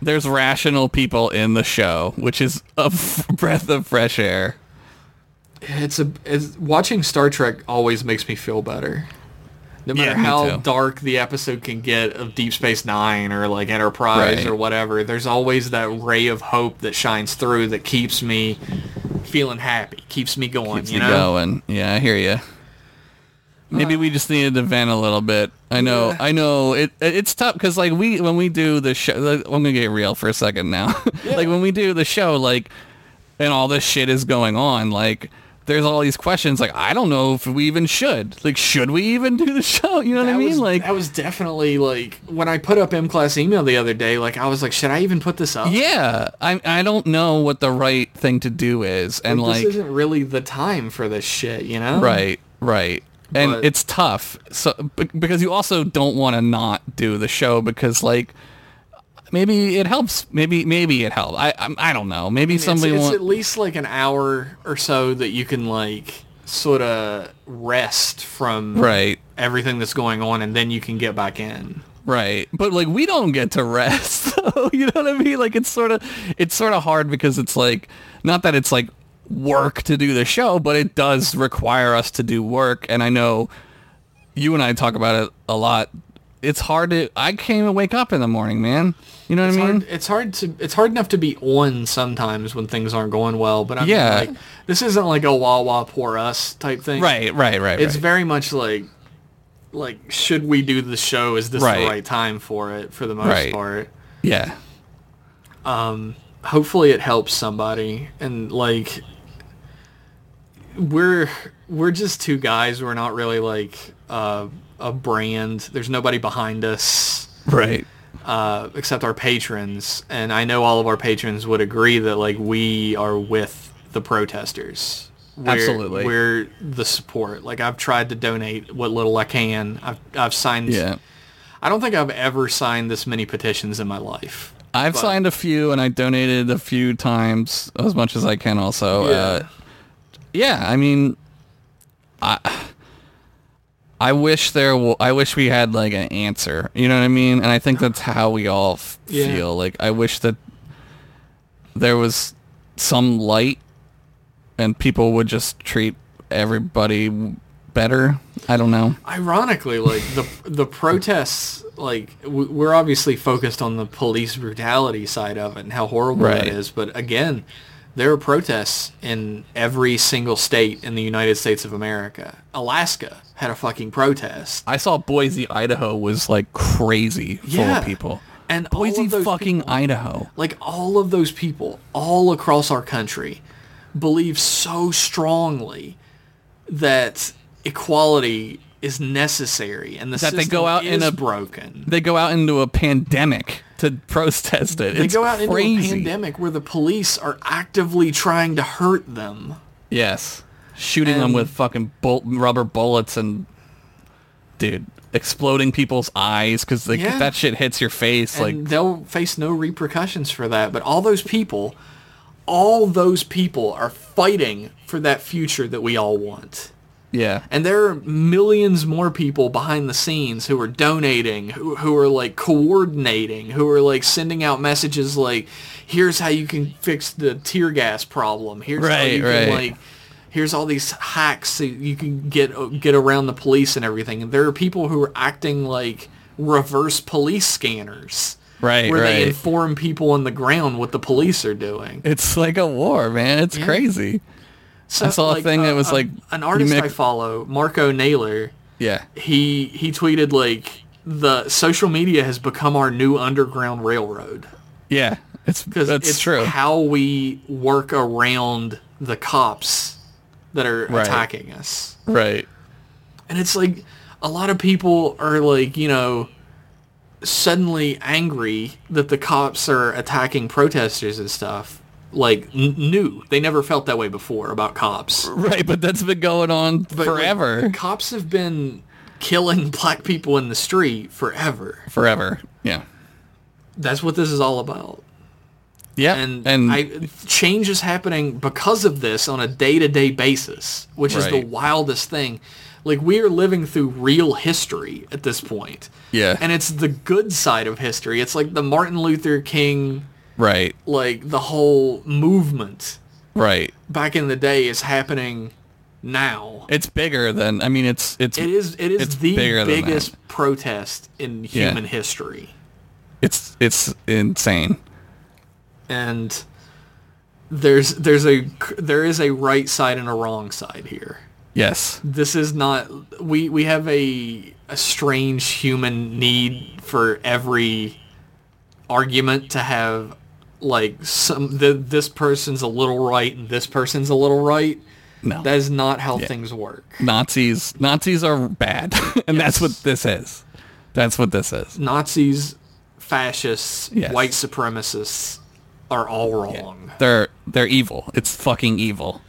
There's rational people in the show, which is a f- breath of fresh air. It's a it's, watching Star Trek always makes me feel better. No matter Yeah, me how too. dark the episode can get of Deep Space Nine or like Enterprise Right. or whatever, there's always that ray of hope that shines through that keeps me feeling happy, keeps me going. Keeps you me know, Uh, going. Yeah, I hear you. Maybe we just needed to vent a little bit. I know. I know. It it- it's tough because like we when we do the show, like, I'm gonna get real for a [LAUGHS] second now. like when we do the show, like and all this shit is going on, like there's all these questions like I don't know if we even should. Like should we even do the [LAUGHS] show? You know what I That mean? was, like that was definitely like when I put up M class email the other day. Like I was like, should I even put this up? yeah, I I don't know what the right thing to do is and Like, like, this isn't really the time for this shit, you know? right, right. And But- it's tough. So be- because you also don't want to not do the show because like maybe it helps. Maybe maybe it helps. I I'm- I don't know. Maybe It's, somebody it's wants at least like an hour or so that you can like sort of rest from right. everything that's going on, and then you can get back in. Right. But like we don't get to rest [LAUGHS] though. You know what I mean? Like it's sort of it's sort of hard because it's like not that it's like work to do the show, but it does require us to do work and I know you and I talk about it a lot. It's hard to I can't even wake up in the morning, man. You know what It's I mean? hard, it's hard to it's hard enough to be on sometimes when things aren't going well, but I mean, Yeah. like, this isn't like a wah wah poor us type thing. Right, right, right. It's right. very much like like should we do the show? Is this Right. the right time for it for the most Right. part? yeah. Hopefully it helps somebody and like we're we're just two guys. We're not really like uh, a brand. There's nobody behind us. Right. uh, except our patrons, and I know all of our patrons would agree that like we are with the protesters. We're, Absolutely. we're the support. Like I've tried to donate what little I can. I've I've signed. Yeah. I don't think I've ever signed this many petitions in my life. I've signed a few and I donated a few times as much as I can also. Uh, yeah, I mean, I I wish there. W- I wish we had like an answer. You know what I mean? And I think that's how we all f- Yeah. feel. Like I wish that there was some light and people would just treat everybody w- better. I don't know. Ironically, like the the protests, like w- we're obviously focused on the police brutality side of it and how horrible that Right. is. But again, there are protests in every single state in the United States of America. Alaska had a fucking protest. I saw Boise, Idaho was like crazy full Yeah. of people. And all of Boise, those fucking Idaho. Like all of those people all across our country believe so strongly that equality is necessary and the That they system go out is in a- broken. they go out into a pandemic to [LAUGHS] protest it. They it's go out crazy. into a pandemic where the police are actively trying to hurt them. Yes, shooting them And- with fucking bolt rubber bullets and dude, exploding people's eyes because Yeah. that shit hits your face. And like they'll face no repercussions for that. But all those people, all those people are fighting for that future that we all want. yeah, And there are millions more people behind the scenes who are donating, who, who are like coordinating, who are like sending out messages like, here's how you can fix the tear gas problem. Here's how Right, you right. can like, here's all these hacks that you can get get around the police and everything. And there are people who are acting like reverse police scanners. Right, Where they right. inform people on the ground what the police are doing. it's like a war, man. It's crazy. So, I saw a thing that was, like, an you artist make- I follow, Marco Naylor Yeah, he he tweeted like the social media has become our new underground railroad yeah. It's because that's it's true. how we work around the cops that are Right. attacking us right. and it's like a lot of people are like you know suddenly angry that the cops are attacking protesters and stuff like n- new they never felt that way before about cops Right, but that's been going on But, like, forever. cops have been killing [LAUGHS] black people in the street forever forever. Yeah. that's what this is all about. Yeah. And, and I, change is happening because of this on a day-to-day basis, which is the Right. wildest thing. Like we are living through real history at this point. Yeah. And it's the good side of history. It's like the Martin Luther King, right, like the whole movement right. back in the day is happening now. It's bigger than I mean. It's it's It is it is It's the bigger than that. biggest protest in human history. it's it's insane. and there's there's a there is a right side and a wrong side here. Yes. This is not we we have a a strange human need for every argument to have like some th this person's a little right and this person's a little right No. That is not how things work. Nazis. Nazis are bad, [LAUGHS] and that's what this is. That's what this is. Nazis, fascists, Yes. white supremacists are all wrong. They're they're evil. It's fucking evil.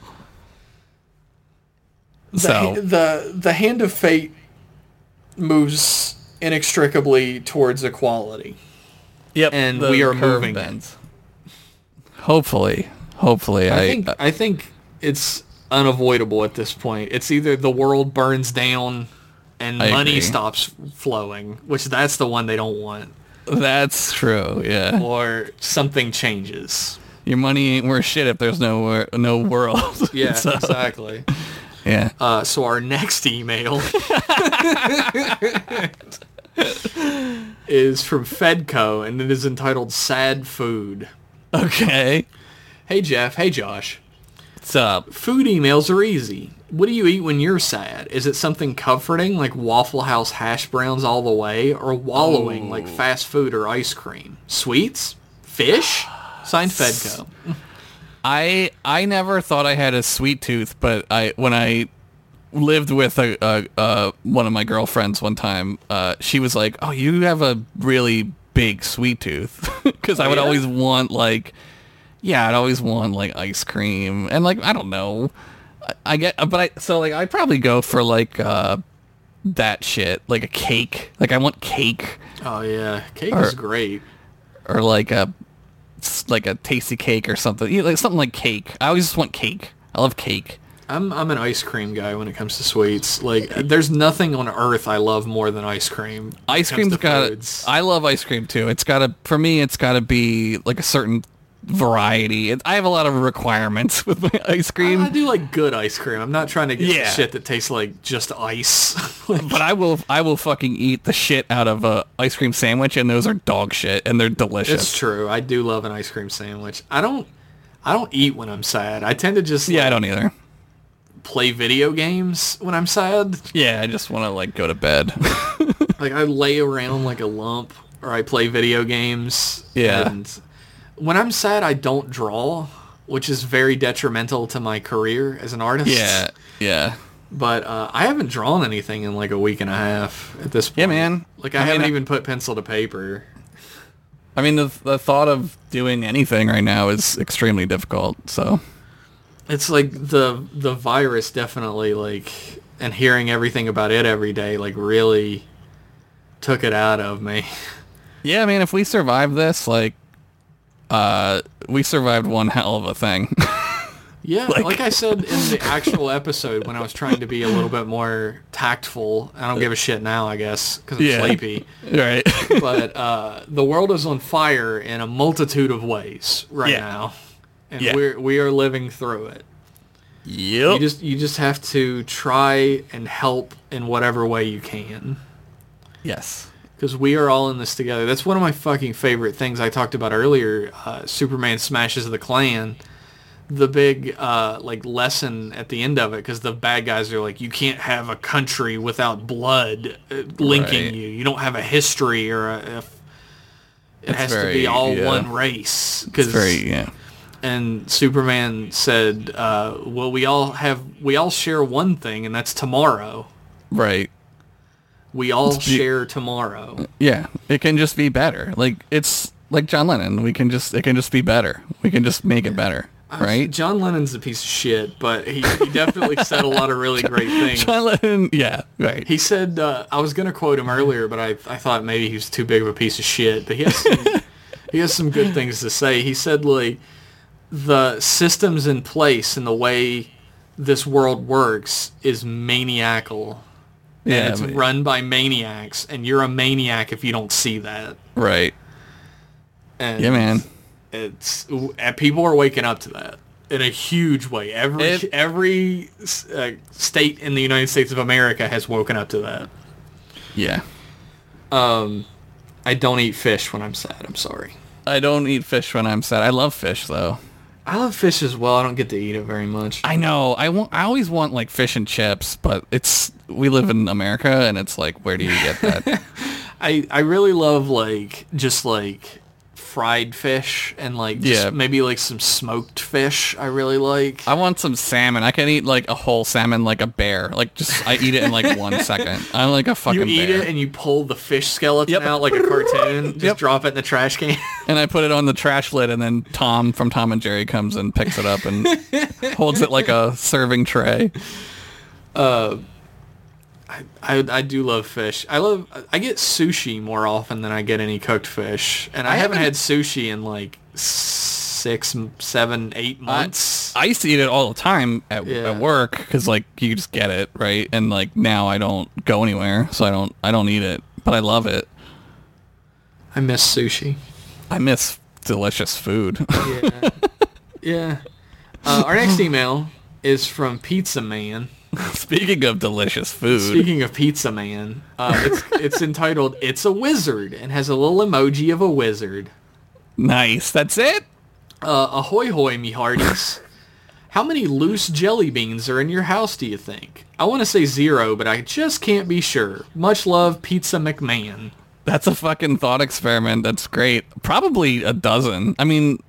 So the, the the hand of fate moves inextricably towards equality. Yep, and we are moving. Hopefully, hopefully, I, uh, I think I think it's unavoidable at this point. It's either the world burns down and I money agree. stops flowing, which that's the one they don't want, that's true. Yeah, or something changes. your money ain't worth shit if there's no wor- no world. [LAUGHS] [LAUGHS] Yeah, So, exactly. yeah. Uh, so our next [LAUGHS] email is from Fedco, and it is entitled "Sad Food." Okay, Hey Jeff. Hey Josh. what's up? Food emails are easy. What do you eat when you're sad? Is it something comforting like Waffle House hash browns all the way or wallowing like fast food or ice cream? Sweets? Fish? Signed Fedco. I I never thought I had a sweet tooth, but I when I lived with a, a, a one of my girlfriends one time, uh, she was like, "Oh, you have a really big sweet tooth," [LAUGHS] because I would yeah? always want like, yeah, I'd always want like ice cream and like I don't know, I, I get, uh, but I so like I probably go for like uh, that shit, like a cake, like I want cake Oh yeah, cake Or- is great. or like a s- like a tasty cake or something, yeah, like something like cake. I always just want cake. I love cake. I'm I'm an ice cream guy when it comes to sweets. Like there's nothing on earth I love more than ice cream. when it ice comes cream's to got foods. I love ice cream too. It's got to for me it's got to be like a certain variety. It, I have a lot of requirements [LAUGHS] with my ice cream, I do like good ice cream. I'm not trying to get some Yeah. shit that tastes like just ice. [LAUGHS] Like, but I will I will fucking eat the shit out of a ice cream sandwich and those are dog shit and they're delicious. It's true. I do love an ice cream sandwich. I don't I don't eat when I'm sad. I tend to just Yeah, I like, don't either. play video games when I'm sad. Yeah, I just want to like go to [LAUGHS] bed. Like I lay around like a lump or I play video games. Yeah. And when I'm sad I don't draw, which is very detrimental to my career as an artist. yeah. Yeah. But uh, I haven't drawn anything in like a week and a half at this point. Yeah, man. Like I, I mean, haven't I- even put pencil to paper. I mean the the thought of doing anything right now is extremely difficult. So, It's like the the virus definitely like and hearing everything about it every day like really took it out of me. [LAUGHS] yeah, man, if we survive this like uh we survived one [LAUGHS] hell of a thing. Yeah, like, I said in the actual episode when I was trying to be a little bit more tactful. I don't give a shit now, I guess, because I'm Yeah. sleepy. right. But uh, the world is on fire in a multitude of ways right Yeah. now, and Yeah. we're we are living through it. Yep. You just you just have to try and help in whatever way you can. yes. because we are all in this together. That's one of my fucking favorite things I talked about earlier. Uh, Superman smashes the Klan. The big uh, like lesson at the end of it, because the bad guys are like, you can't have a country without blood uh, linking Right. you. You don't have a history or a. If, it has to be very- all yeah. one race. It's Because very yeah. and Superman said, uh, "Well, we all have we all share one thing, and that's tomorrow. Right. We all be- share tomorrow." Yeah. It can just be better. Like it's like John Lennon. We can just it can just be better. We can just make it better. Right? John Lennon's a piece of shit, but he, he [LAUGHS] definitely said a lot of really great things. John Lennon yeah, right. He said, uh, I was going to quote him earlier, but I, I thought maybe he was too big of a piece of shit. But he has some, he has some good things to say. He said, like, the systems in place and the way this world works is maniacal. And yeah. it's but- run by maniacs, and you're a maniac if you don't see that. right. And Yeah, man. it's and people are waking up to that in a huge way. Every It- every uh, state in the United States of America has woken up to that. Yeah. I don't eat fish when I'm sad. I'm sorry. I don't eat fish when I'm sad. I love fish though. I love fish as well. I don't get to eat it very much. I know. I want I always want like fish and chips, but it's we live in America and it's like where do you get that? I, I really love like just like fried fish and like just Yeah. maybe like some smoked fish. I really like. I want some salmon. I can eat like a whole salmon like a bear. Like just I eat it [LAUGHS] in like one second. I'm like a you fucking eat bear. it and you pull the fish skeleton Yep. out like a [LAUGHS] cartoon. Just Yep. drop it in the trash can. and I put it on the trash lid and then Tom from Tom and Jerry comes and picks it [LAUGHS] up and holds it like a serving tray. I, I do love fish. I love I get sushi more often than I get any cooked fish, and I, haven't, had sushi in like six, m- seven, eight months. I used to eat it all the time at, Yeah. at work because like you just get it right, and like now I don't go anywhere, so I don't I don't eat it, but I love it. I, miss sushi. I miss delicious food. [LAUGHS] Yeah, [LAUGHS] yeah. Uh, our next email is from Pizza Man. Speaking of delicious food, Speaking of Pizza Man, uh, it's it's entitled "It's a Wizard" and has a little emoji of a wizard. nice. That's it. Uh, ahoy hoy, me hearties. How many loose jelly beans are in your house, do you think? I want to say zero, but I just can't be sure. Much love, Pizza McMahon. That's a fucking thought experiment. That's great. Probably a dozen. I mean,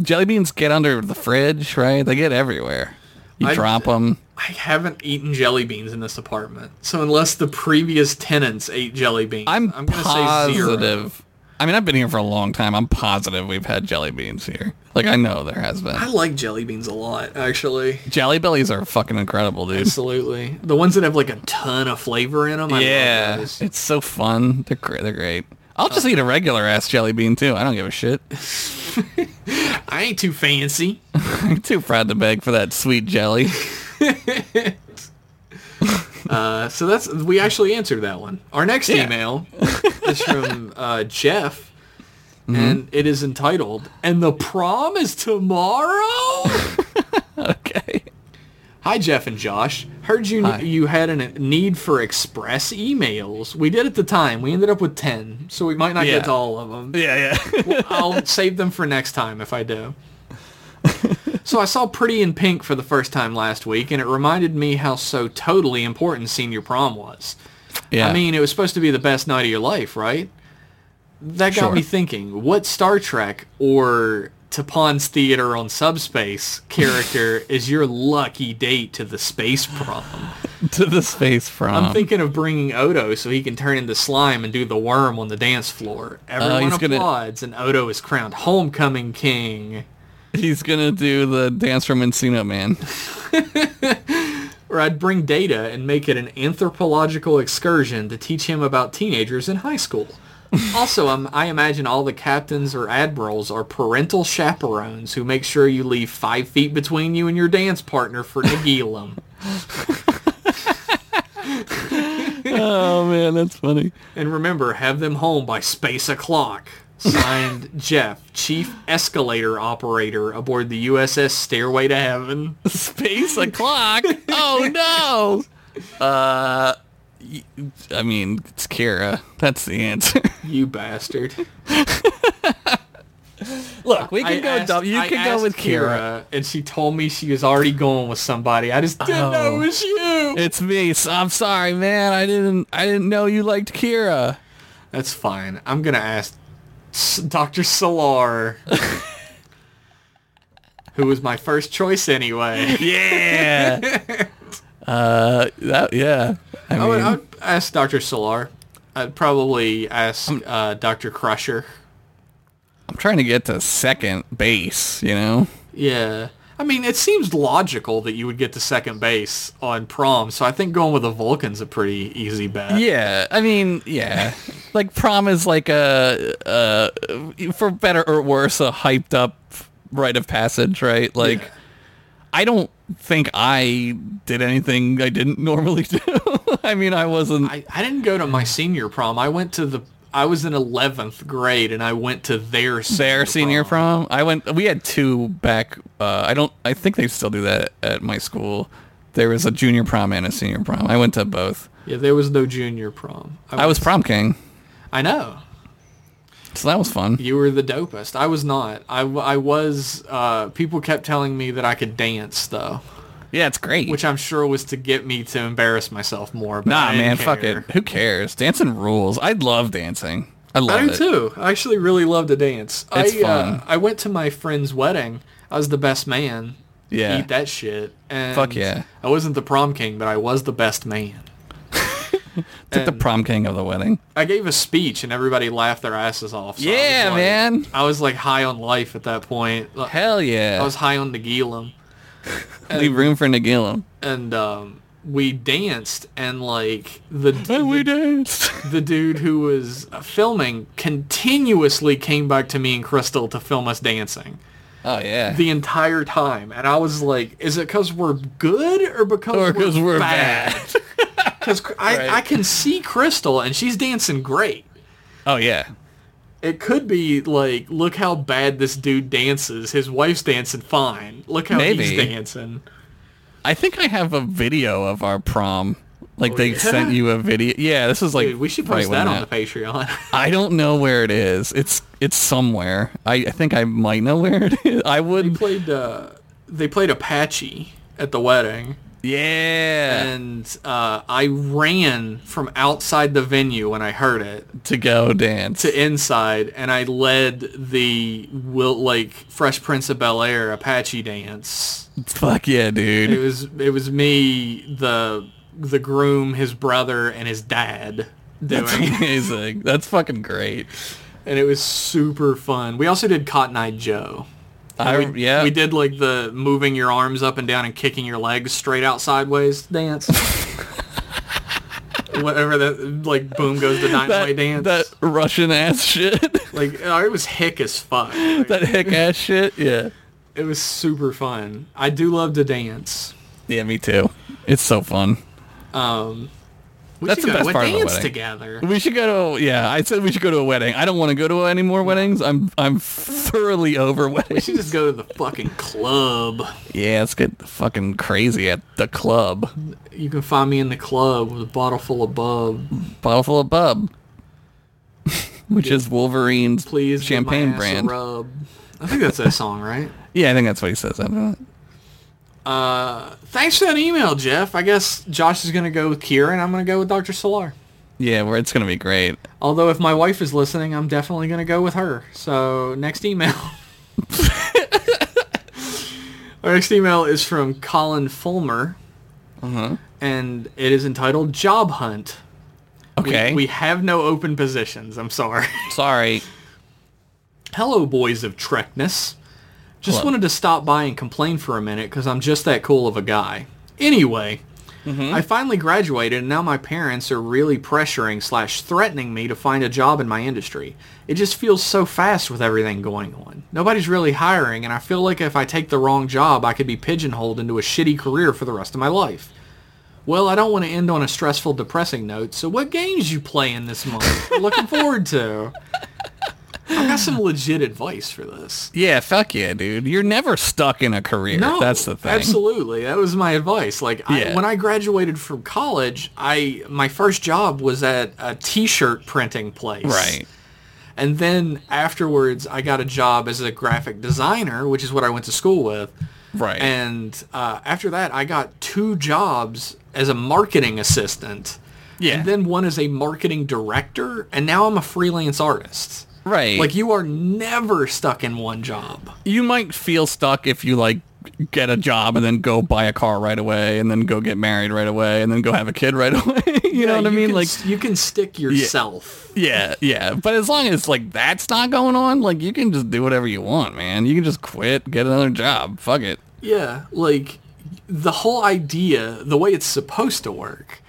jelly beans get under the fridge, right? They get everywhere. You I- drop 'em. drop them. I haven't eaten jelly beans in this apartment, so unless the previous tenants ate jelly beans, I'm, gonna positive. I mean, I've been here for a long time. I'm positive we've had jelly beans here. Like, I know there has been. I like jelly beans a lot, actually. Jelly bellies are fucking incredible, dude. Absolutely, the ones that have like a ton of flavor in them. I Yeah, love those. it's so fun. They're great. They're great. I'll just eat a regular ass jelly bean too. I don't give a shit. [LAUGHS] I ain't too fancy. I'm too proud to beg for that sweet jelly. [LAUGHS] Uh, so that's we actually answered that one. Our next Yeah. email [LAUGHS] is from uh, Jeff, Mm-hmm. and it is entitled "And the prom is tomorrow." okay. Hi Jeff and Josh. Heard you Hi. you had a need for express emails. We did at the time. We ended up with ten, so we might not Yeah. get to all of [LAUGHS] them. Yeah, yeah. I'll save them for next time if I do. so I saw Pretty in Pink for the first time last week, and it reminded me how so totally important senior prom was. yeah. I mean, it was supposed to be the best night of your life, right? That got Sure. me thinking, what Star Trek or Tapon's Theater on Subspace [LAUGHS] character is your lucky date to the space prom? [LAUGHS] to the space from. I'm thinking of bringing Odo so he can turn into slime and do the worm on the dance floor. Everyone Uh, he's gonna- applauds, and Odo is crowned homecoming king. He's gonna do the dance from Encino Man. Or I'd bring data and make it an anthropological excursion to teach him about teenagers in high school. also, um, I imagine all the captains or admirals are parental chaperones who make sure you leave five feet between you and your dance partner for Nagilum. [LAUGHS] oh man, that's funny. and remember, have them home by space o'clock. Signed, Jeff, Chief Escalator Operator aboard the USS Stairway to Heaven. Space o'clock. Oh no. [LAUGHS] Uh, y- I mean, it's Kira. That's the answer. You bastard. [LAUGHS] Look, we I asked- I asked And she told me she was already going with somebody. I just didn't know it was you. It's me. So I'm sorry, man. I didn't. I didn't know you liked Kira. That's fine. I'm going to ask S- Dr. Solar, who was my first choice anyway. Yeah. [LAUGHS] uh, that yeah. I mean, I would, I would ask Dr. Solar. I'd probably ask uh, Dr. Crusher. I'm trying to get to second base. You know. Yeah. I mean, it seems logical that you would get to second base on prom, so I think going with a Vulcan's a pretty easy bet. Yeah, I mean, yeah, like prom is like a, a for better or worse a hyped up rite of passage, right? Like, Yeah. I don't think I did anything I didn't normally [LAUGHS] do. I mean, I wasn't. I, I didn't go to my senior prom. I went to the I was in eleventh grade and I went to [LAUGHS] their senior their senior prom. I went. We had two back. Uh, I don't. I think they still do that at my school. There was a junior prom and a senior prom. I went to both. Yeah, there was no junior prom. I was prom king, I know so that was fun. you were the dopest. I was not. I, w- I was. Uh, people kept telling me that I could dance though, Yeah, it's great. which I'm sure was to get me to embarrass myself more. But Nah, I didn't man, fuck care. it. Who cares? Dancing rules. I love dancing. I love I do it. too. I actually really love to dance. It's I, Uh, fun. I went to my friend's wedding. I was the best man. Yeah. Eat that shit. And Fuck yeah. I wasn't the prom king, but I was the best man. It's like the prom king of the wedding. I gave a speech and everybody laughed their asses off. So I was Yeah, like- man. I was like high on life at that point. Like, Hell I yeah. was high on the Gilum. Leave room for Nagilum. and um, we danced and like the [LAUGHS] And we danced. the dude who was filming continuously came back to me and Crystal to film us dancing Oh yeah. the entire time and I was like is it cuz we're good or because or we're, because we're bad, [LAUGHS] bad. cuz I Right. I can see Crystal and she's dancing great Oh yeah. it could be like look how bad this dude dances his wife's dancing fine look how he's Maybe. dancing I think I have a video of our prom. Like they Oh, yeah? sent you a video. Yeah, this is like dude we should right post when that on the Patreon [LAUGHS] I don't know where it is. It's it's somewhere. I, I think I might know where it is. I They would. played uh, they played Apache at the wedding, Yeah. and uh, I ran from outside the venue when I heard it To go dance. to inside, and I led the will like Fresh Prince of Bel Air Apache dance. Fuck yeah, It dude. was it was me the the groom, his brother, and his dad That's doing, [LAUGHS] amazing. That's fucking great. and it was super fun. We also did Cotton Eye Joe. I, And we, yeah. we did like the moving your arms up and down and kicking your legs straight out sideways [LAUGHS] dance. Whatever that like boom goes the nine way that, dance. that Russian ass [LAUGHS] shit. like uh, it was hick as fuck. Like, that hick ass shit. Yeah. it was super fun. I do love to dance. Yeah, me too. It's so fun. Um, We That's should the go best to a part of a dance wedding. together. We should go to yeah. I said we should go to a wedding. I don't want to go to any more weddings. I'm I'm thoroughly over [LAUGHS] We weddings. should just go to the fucking club. Yeah, let's get fucking crazy at the club. You can find me in the club with a bottle full of bub. Bottle full of bub, [LAUGHS] which is Wolverine's Please give my champagne ass a brand. Rub. I think that's that song, [LAUGHS] right? Yeah, I think that's what he says. I don't know. Uh, Thanks for that email, Jeff. I guess Josh is gonna go with Kira, and I'm gonna go with Dr. Solar. Yeah, well, it's gonna be great. Although if my wife is listening, I'm definitely going to go with her. So next email. [LAUGHS] Our next email is from Colin Fulmer, Uh-huh. and it is entitled "Job Hunt." We- Okay, we have no open positions. I'm sorry. sorry. Hello, boys of Trekness. Just Hello. wanted to stop by and complain for a minute because I'm just that cool of a guy. Anyway, I finally graduated and now my parents are really pressuring slash threatening me to find a job in my industry. It just feels so fast with everything going on. Nobody's really hiring and I feel like if I take the wrong job, I could be pigeonholed into a shitty career for the rest of my life. Well, I don't want to end on a stressful, depressing note, so what games you playing this month? Looking forward to. I got some legit advice for this. Yeah, fuck yeah, dude. You're never stuck in a career. No, that's the thing. Absolutely, that was my advice. Like I, Yeah. when I graduated from college, I my first job was at a T-shirt printing place. Right. and then afterwards, I got a job as a graphic designer, which is what I went to school with. Right. And uh, after that, I got two jobs as a marketing assistant. Yeah. And then one as a marketing director, and now I'm a freelance artist. Right. Like you are never stuck in one job. you might feel stuck if you like get a job and then go buy a car right away and then go get married right away and then go have a kid right [LAUGHS] away. you know what I mean? can, Like s- you can stick yourself. yeah, yeah. But as long as like that's not going on, like you can just do whatever you want, man. You can just quit, get another job. Fuck it. Yeah, like the whole idea, the way it's supposed to work,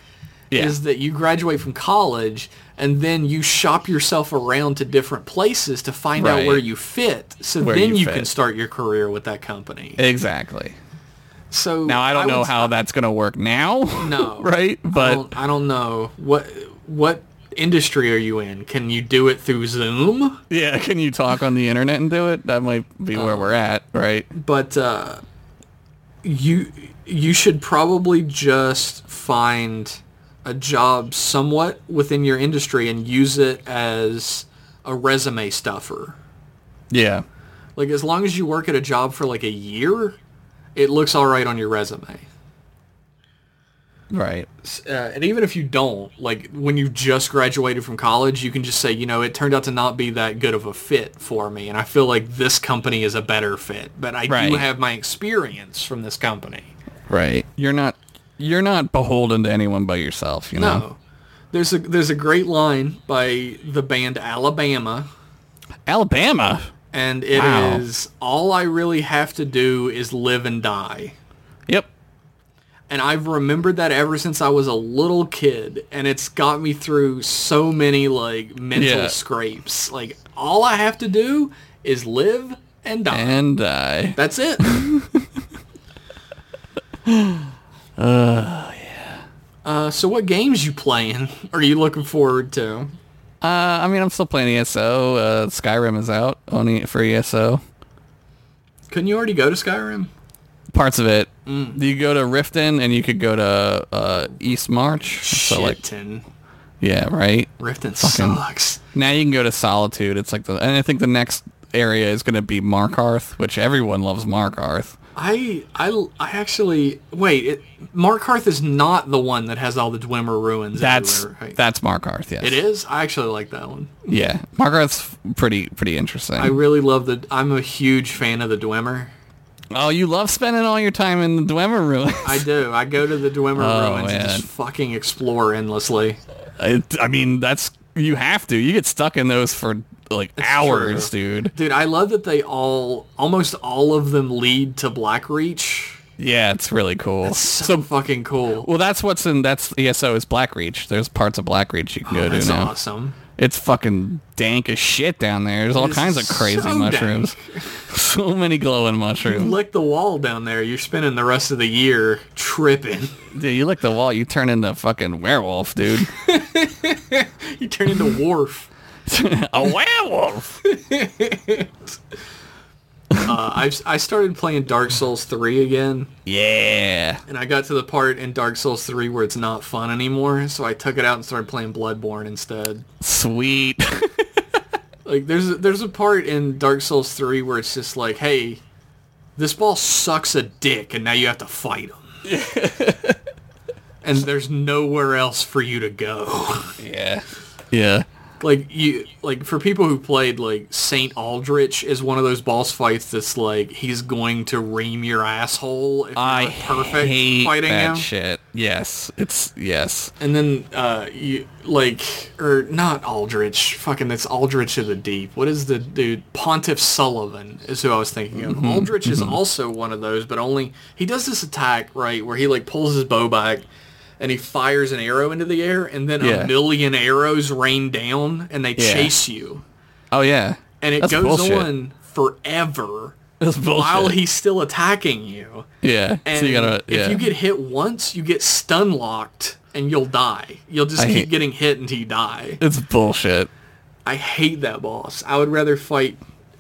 Yeah. is that you graduate from college and then you shop yourself around to different places to find out Right. where you fit. So Where then you you fit. can start your career with that company. exactly. So Now I don't know would- how that's going to work now. No. [LAUGHS] right? I But don't, I don't know what what industry are you in? Can you do it through Zoom? yeah, can you talk on the internet and do it? That might be where we're at, right? but uh, you you should probably just find a job somewhat within your industry and use it as a resume stuffer. Yeah. Like as long as you work at a job for like a year, it looks all right on your resume. Right. uh, and even if you don't, like when you just graduated from college, you can just say, you know, it turned out to not be that good of a fit for me, and I feel like this company is a better fit. But I do Right. have my experience from this company. Right. You're not you're not beholden to anyone but yourself, you know. No, there's a there's a great line by the band Alabama, Alabama. and it is Wow. all I really have to do is live and die. Yep. And I've remembered that ever since I was a little kid, and it's got me through so many like mental Yeah. scrapes. Like all I have to do is live and die. And uh, I That's it. Uh, so what games you playing? Are you looking forward to? uh, I mean I'm still playing ESO. Uh, Skyrim is out on e- for ESO. Couldn't you already go to Skyrim? Parts of it. Mm. You go to Riften and you could go to uh, East March. So like Shitton. yeah, right. Riften fucking- sucks. Now you can go to Solitude. It's like the and I think the next area is going to be Markarth, which everyone loves Markarth. I, I, I actually wait. It, Markarth is not the one that has all the Dwemer ruins. That's everywhere, right? that's Markarth, yes. It is. I actually like that one. Yeah. Markarth's pretty pretty interesting. I really love the. I'm a huge fan of the Dwemer. Oh, you love spending all your time in the Dwemer ruins. [LAUGHS] I do. I go to the Dwemer Oh, ruins and just man. fucking explore endlessly. I, I mean, that's you have to. You get stuck in those for like hours, dude. Dude, I love that they all, almost all of them, lead to Blackreach. Yeah, it's really cool. So, so, fucking cool. well, that's what's in that's ESO is Blackreach. There's parts of Blackreach you can go to Oh, That's now. awesome. It's fucking dank as shit down there. There's all is kinds of crazy so mushrooms. [LAUGHS] so many [LAUGHS] glowing mushrooms. Lick the wall down there. You're spending the rest of the year tripping. [LAUGHS] Dude, you lick the wall, you turn into a fucking werewolf, dude. You turn into Worf. a werewolf. Uh, I've, I started playing Dark Souls 3 again. Yeah. And I got to the part in Dark Souls 3 where it's not fun anymore, so I took it out and started playing Bloodborne instead. Sweet. [LAUGHS] Like there's a, there's a part in Dark Souls 3 where it's just like, "Hey, this ball sucks a dick and now you have to fight him." and there's nowhere else for you to go. yeah. Yeah. like you like for people who played like Saint Aldrich is one of those boss fights that's like he's going to ream your asshole if you're I not perfect hate fighting that him. shit. Yes, it's yes. And then, uh, you, like, or not Aldrich. Fucking, that's Aldrich of the Deep. What is the dude? Pontiff Sullivan is who I was thinking of. Mm-hmm. Aldrich is also one of those, but only he does this attack right where he like pulls his bow back and he fires an arrow into the air, and then Yeah. a million arrows rain down and they Yeah. chase you, Oh yeah, and it That's goes bullshit. on forever That's bullshit. while he's still attacking you. yeah, And so you gotta. Yeah. if you get hit once, you get stun locked and you'll die. You'll just I keep hate- getting hit until you die. it's bullshit. I hate that boss. I would rather fight.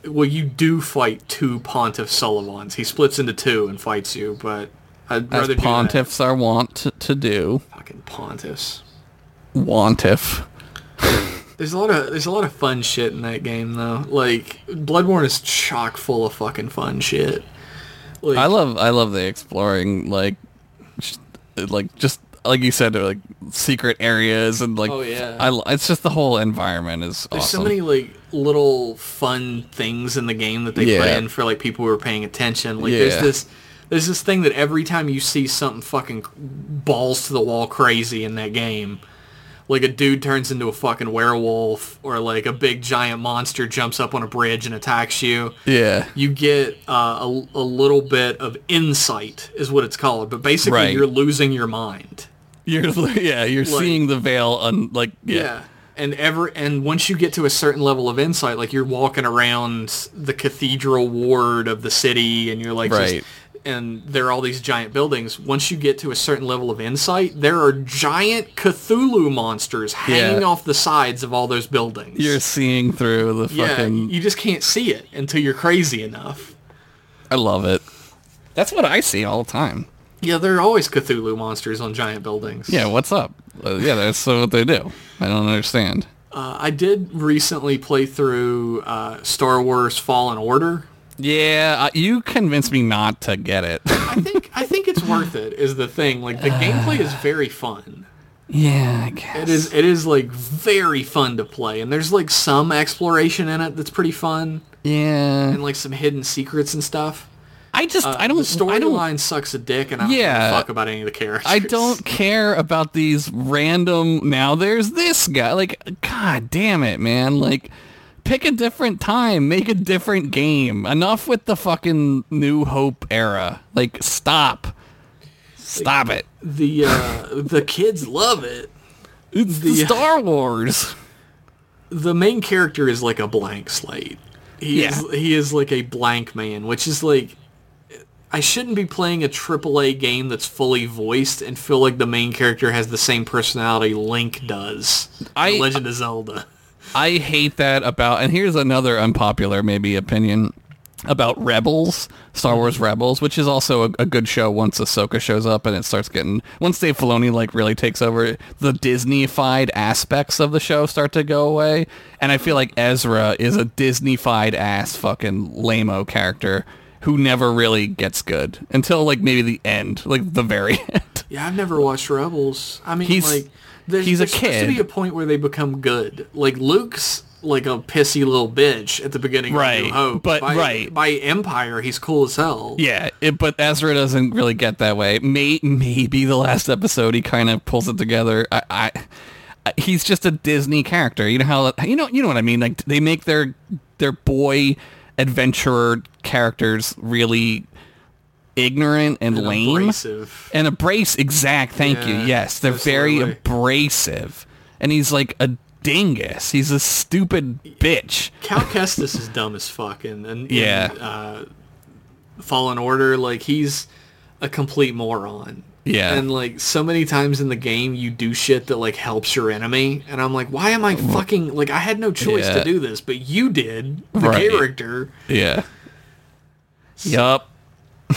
Well, you do fight two Pontiff Sullivans. He splits into two and fights you, but I'd As rather do that. pontiffs are wont to, to do, Fucking Pontiffs. wantif. There's a lot of there's a lot of fun shit in that game though. Like Bloodborne is chock full of fucking fun shit. Like, I love, I love the exploring, like, just, like just like you said, like secret areas and like. Oh, yeah. I, li- it's just the whole environment is There's awesome. so many like little fun things in the game that they put Yeah. in for like people who are paying attention. Like Yeah. there's this there's this thing that every time you see something fucking balls to the wall crazy in that game, like a dude turns into a fucking werewolf or like a big giant monster jumps up on a bridge and attacks you. yeah. You get uh, a, a little bit of insight is what it's called, but basically Right. you're losing your mind. You're [LAUGHS] yeah, you're seeing the veil on like Yeah. yeah. And ever and once you get to a certain level of insight, like you're walking around the cathedral ward of the city and you're like just- Right. and there are all these giant buildings. Once you get to a certain level of insight, there are giant Cthulhu monsters hanging off the sides of all those buildings. You're seeing through the yeah, fucking you just can't see it until you're crazy enough. I love it. That's what I see all the time. Yeah, there are always Cthulhu monsters on giant buildings. Yeah, what's up? Uh, yeah, that's uh, what they do. I don't understand. Uh, I did recently play through uh, Star Wars Fallen Order. Yeah, uh, you convinced me not to get it. [LAUGHS] I think I think it's worth it is the thing. Like the gameplay is very fun. Yeah, I guess. It is it is like very fun to play and there's like some exploration in it that's pretty fun Yeah. and like some hidden secrets and stuff. I just I Uh, The don't I don't storyline sucks a dick and I don't give a Yeah. fuck about any of the characters. I don't care about these random now there's this guy. Like god damn it, man. Like pick a different time, make a different game. Enough with the fucking New Hope era. Like stop. Stop it. [LAUGHS] the uh, the kids love it. It's the The- Star Wars. The main character is like a blank slate. He is Yeah. he is like a blank man, which is like I shouldn't be playing a AAA game that's fully voiced and feel like the main character has the same personality Link does. in I- uh, Legend of Zelda. I hate that about, and here's another unpopular maybe opinion about Rebels, Star Wars Rebels, which is also a, a good show once Ahsoka shows up and it starts getting, once Dave Filoni like really takes over, the Disney-fied aspects of the show start to go away. And I feel like Ezra is a Disney-fied ass fucking lame-o character who never really gets good until like maybe the end, like the very [LAUGHS] end. Yeah, I've never watched Rebels. I mean, He's- like, there's, he's a there's supposed to kid. be a point where they become good. Like Luke's like a pissy little bitch at the beginning of Right, New Hope. but- by, right. by Empire, he's cool as hell. Yeah, it, but Ezra doesn't really get that way. May, maybe the last episode he kind of pulls it together. I, I, I- he's just a Disney character. You know how you know you know what I mean. Like they make their their boy adventurer characters really ignorant and, lame Abrasive. and abrace. Exact. Thank you. Yeah, Yes, they're very absolutely. abrasive, and he's like a dingus. He's a stupid bitch. Cal Kestis is dumb as fuck, and, and Yeah. in, uh, Fallen Order, like he's a complete moron. Yeah. and like so many times in the game, you do shit that like helps your enemy, and I'm like, why am I fucking like I had no choice Mm. to Yeah. do this, but you did the Right. character. Yeah. Yup.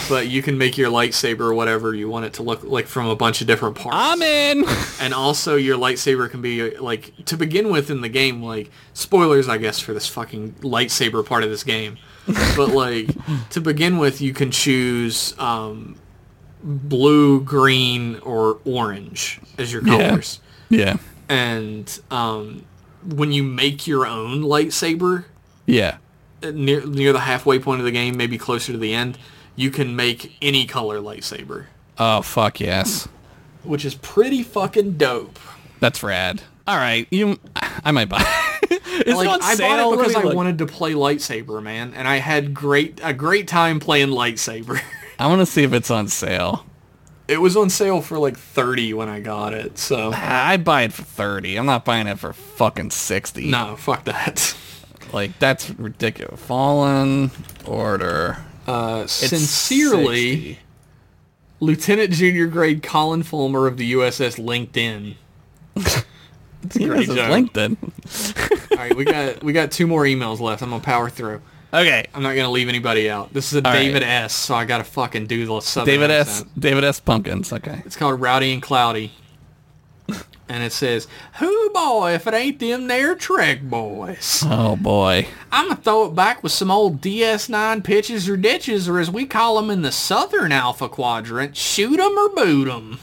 but you can make your lightsaber whatever you want it to look like from a bunch of different parts. I'm in. [LAUGHS] and also your lightsaber can be like to begin with in the game like spoilers I guess for this fucking lightsaber part of this game. but like to begin with you can choose um blue, green or orange as your colors. Yeah. And um when you make your own lightsaber, uh, Yeah. near near the halfway point of the game, maybe closer to the end, you can make any color lightsaber, Oh fuck yes. which is pretty fucking dope. That's rad. All right, you. I might buy. [LAUGHS] it's Like on I sale. bought it Look because at I it, look. wanted to play lightsaber, man, and I had great a great time playing lightsaber. [LAUGHS] I want to see if it's on sale. it was on sale for like 30 when I got it, so I I'd buy it for thirty. I'm not buying it for fucking sixty. no, fuck that. Like that's ridiculous. Fallen Order. Uh, sincerely, 60. Lieutenant Junior Grade Colin Fulmer of the USS LinkedIn. It's a great joke. LinkedIn. All right, we [LAUGHS] got we got two more emails left. I'm gonna power through. Okay. I'm not gonna leave anybody out. This is a right. David S, so I gotta fucking do the southern David S. accent. David S. Pumpkins. Okay. It's called Rowdy and Cloudy, and it says, "Who boy, if it ain't them there Trek boys, [LAUGHS] Oh boy. I'ma throw it back with some old DS9 pitches or ditches, or as we call 'em in the Southern Alpha Quadrant, shoot 'em or boot 'em."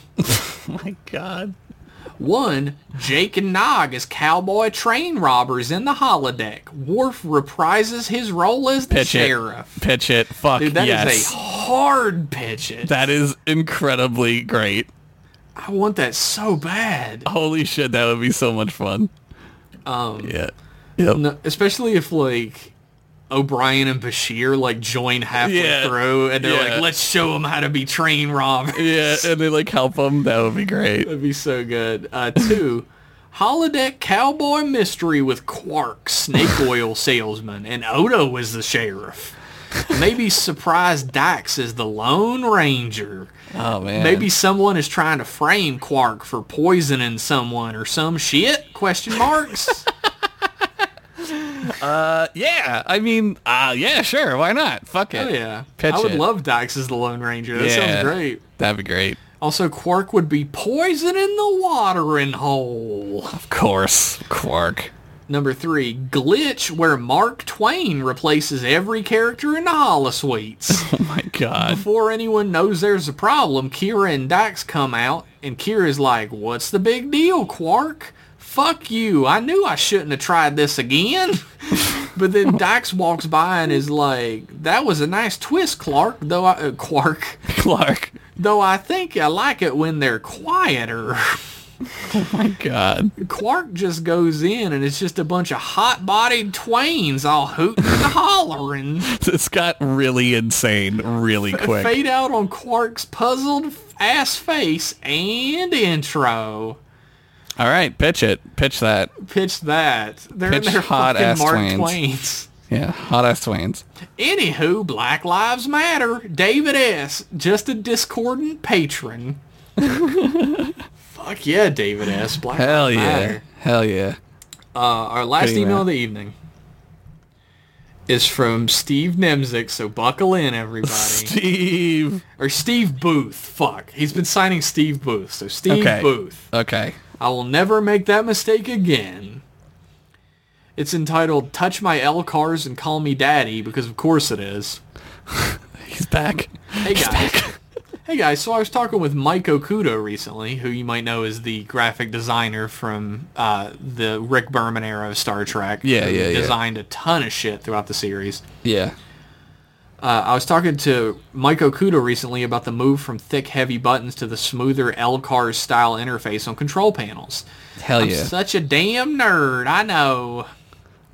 My God. One, Jake and Nog as cowboy train robbers in the holodeck. Worf reprises his role as the Pitch sheriff. it. Pitch it. Fuck Dude, that is yes. a hard pitch. It. that is incredibly great. I want that so bad. Holy shit, that would be so much fun. Um, yeah. Yep. No, especially if like O'Brien and Bashir like join halfway Yeah. through and they're Yeah. like, let's show them how to be train robbers. [LAUGHS] Yeah, and they like help them. That would be great. That'd be so good. Uh, two, holodeck cowboy mystery with Quark, [LAUGHS] snake oil salesman, and Odo is the sheriff. Maybe surprise Dax is the Lone Ranger. Oh man. Maybe someone is trying to frame Quark for poisoning someone or some shit? Question [LAUGHS] marks. Uh, yeah. I mean, uh, yeah, sure. Why not? Fuck it. oh yeah, Pitch I would it. love Dax as the Lone Ranger. That Yeah. sounds great. That'd be great. Also, Quark would be poisoning the watering hole. Of course, Quark. Number three, glitch where Mark Twain replaces every character in the holosuites. Oh my god. [LAUGHS] Before anyone knows there's a problem, Kira and Dax come out, and Kira's like, what's the big deal, Quark? Fuck you. I knew I shouldn't have tried this again. [LAUGHS] but then Dax walks by and is like, that was a nice twist, Clark, though I, uh, Quark, Clark. though I think I like it when they're quieter. [LAUGHS] My god. Quark just goes in and it's just a bunch of hot-bodied twains all hooting and hollering. This got really insane really [LAUGHS] quick. Fade out on Quark's puzzled ass face and intro. All right, pitch it. Pitch that. Pitch that. They're Pitch in their hot fucking ass Mark twains. Twains. Yeah, hot ass Twains. Anywho, Black Lives Matter. David S. Just a discordant [LAUGHS] patron. Fuck yeah, David S. Black Hell Lives yeah. Matter. Hell yeah. Uh, our last Pretty email rad. of the evening is from Steve Nemzik, so buckle in, everybody. [LAUGHS] Steve. or Steve Booth. Fuck. He's been signing Steve Booth, so Steve Okay. Booth. Okay. I will never make that mistake again. It's entitled Touch My L Cars and Call Me Daddy because of course it is. He's back. Hey guys. hey guys, so I was talking with Mike Okuda recently, who you might know is the graphic designer from uh, the Rick Berman era of Star Trek. Yeah, who yeah, yeah. Designed a ton of shit throughout the series. Yeah. Uh, I was talking to Mike Okuda recently about the move from thick, heavy buttons to the smoother L Cars style interface on control panels. Hell I'm Oh, yeah. such a damn nerd. I know.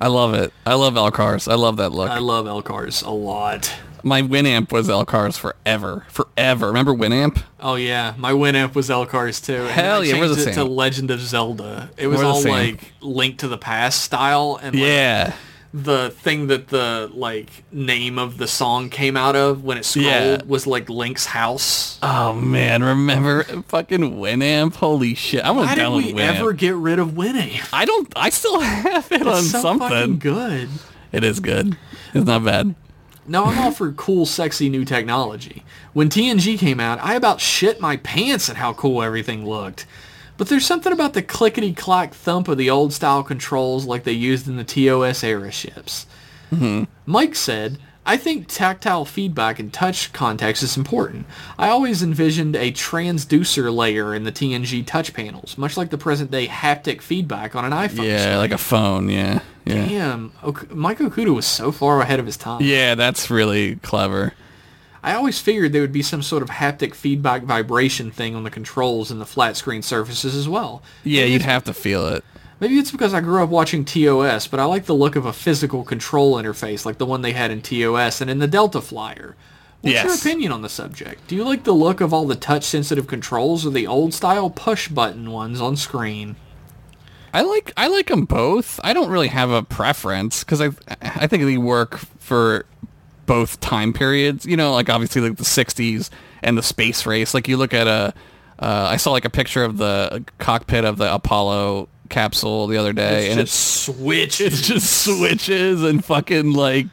I love it. I love L cars. I love that look. I love L cars a lot. My Winamp was L cars forever. Forever. Remember Winamp? Oh yeah, my Winamp was L cars too. and Hell I yeah, we're changed the it same. to Legend of Zelda. It was We're the all same. like Link to the Past style, and like, Yeah. the thing that the like name of the song came out of when it scrolled Yeah. was like Link's house. Oh man, remember fucking Winamp? Holy shit. I want How to did download we Winamp. ever get rid of Winamp? I don't I still have it on It's so fucking Um, something. good. It is good. It's not bad. No, I'm all for cool, sexy new technology. When TNG came out, I about shit my pants at how cool everything looked. But there's something about the clickety-clack thump of the old-style controls like they used in the TOS era ships. Mm-hmm. Mike said, I think tactile feedback and touch context is important. I always envisioned a transducer layer in the TNG touch panels, much like the present-day haptic feedback on an iPhone. Yeah, like a phone, yeah. Yeah. Damn, Ok- Mike Okuda was so far ahead of his time. Yeah, that's really clever. I always figured there would be some sort of haptic feedback vibration thing on the controls and the flat screen surfaces as well. Yeah, you'd have to feel it. Maybe it's because I grew up watching TOS, but I like the look of a physical control interface like the one they had in TOS and in the Delta Flyer. What's your Yes. opinion on the subject? Do you like the look of all the touch-sensitive controls or the old-style push-button ones on screen? I like I like them both. I don't really have a preference because I I think they work for both time periods. You know, like obviously like the '60s and the space race. Like you look at a uh, I saw like a picture of the cockpit of the Apollo capsule the other day, and it's switch. it's [LAUGHS] just switches and fucking like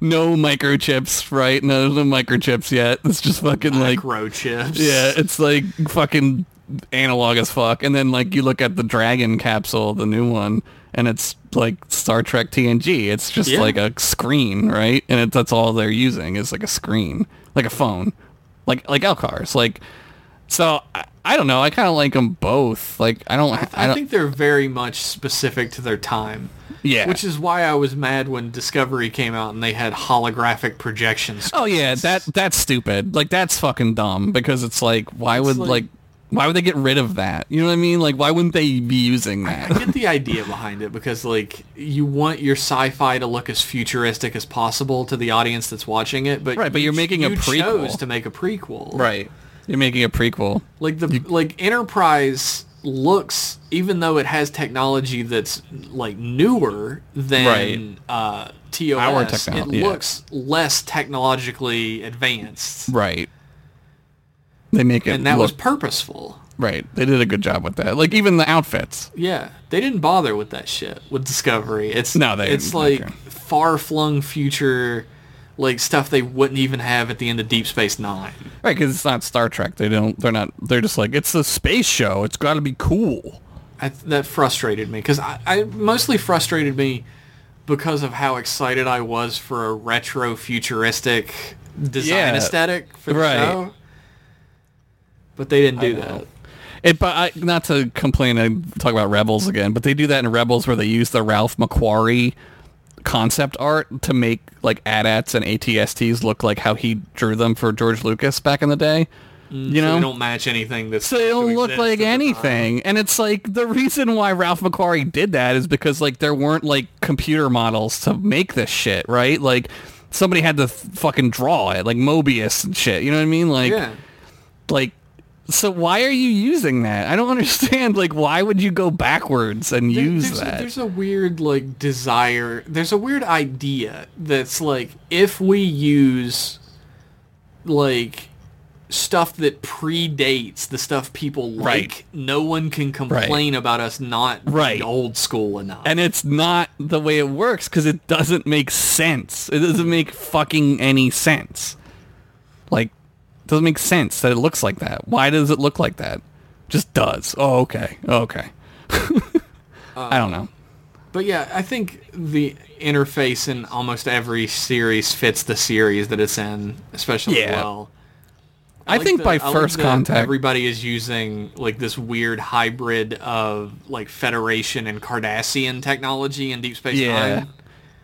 no microchips, right? No, there's no microchips yet. It's just fucking like microchips. yeah, it's like fucking analog as fuck. And then like you look at the Dragon capsule, the new one, and it's like Star Trek TNG. It's just Yeah. like a screen, right? And it, that's all they're using is like a screen, like a phone, like like Elcars, like. So I, I don't know. I kind of like them both. Like I don't. I, I don't. think they're very much specific to their time. yeah. Which is why I was mad when Discovery came out and they had holographic projections. oh yeah. That that's stupid. Like that's fucking dumb because it's like why would like- like, why would they get rid of that? You know what I mean? Like why wouldn't they be using that? I get the idea behind it because like you want your sci-fi to look as futuristic as possible to the audience that's watching it, but Right, but you you're ch- making a you prequel. chose to make a prequel, Right. You're making a prequel. Like the like Enterprise looks, even though it has technology that's like newer than Right. uh, TOS, Our it technol- yeah. looks less technologically advanced, Right. They make it and that was look purposeful. right. They did a good job with that. Like even the outfits. Yeah, they didn't bother with that shit with Discovery. It's No, they It's didn't. like Okay. far flung future, like stuff they wouldn't even have at the end of Deep Space Nine. Right, because it's not Star Trek. They don't. They're not. They're just like it's a space show. It's got to be cool. I, that frustrated me because I, I mostly frustrated me because of how excited I was for a retro futuristic design Yeah. aesthetic for the Right. show. But they didn't do that. It, but I, not to complain and talk about Rebels again, but they do that in Rebels where they use the Ralph McQuarrie concept art to make like AT-ATs and ATSTs look like how he drew them for George Lucas back in the day. you Mm, They know, don't match anything that's so they don't to look exist like at the time. anything. And it's like the reason why Ralph McQuarrie did that is because like there weren't like computer models to make this shit, right? Like somebody had to f- fucking draw it, like Mobius and shit. You know what I mean? Like Yeah. like so why are you using that? I don't [LAUGHS] understand. Like why would you go backwards and There- use there's that? A, there's a weird like desire. There's a weird idea that's like if we use like stuff that predates the stuff people like, Right. no one can complain about us not being Right. old school enough. and it's not the way it works because it doesn't make sense. It doesn't make fucking any sense. Like, it doesn't make sense that it looks like that. Why does it look like that? Just does. Oh, okay. Oh, okay. [LAUGHS] Uh, I don't know. But yeah, I think the interface in almost every series fits the series that it's in, especially Yeah. well. I, like think the- by I like first that contact, everybody is using like this weird hybrid of like Federation and Cardassian technology in Deep Space yeah, Nine.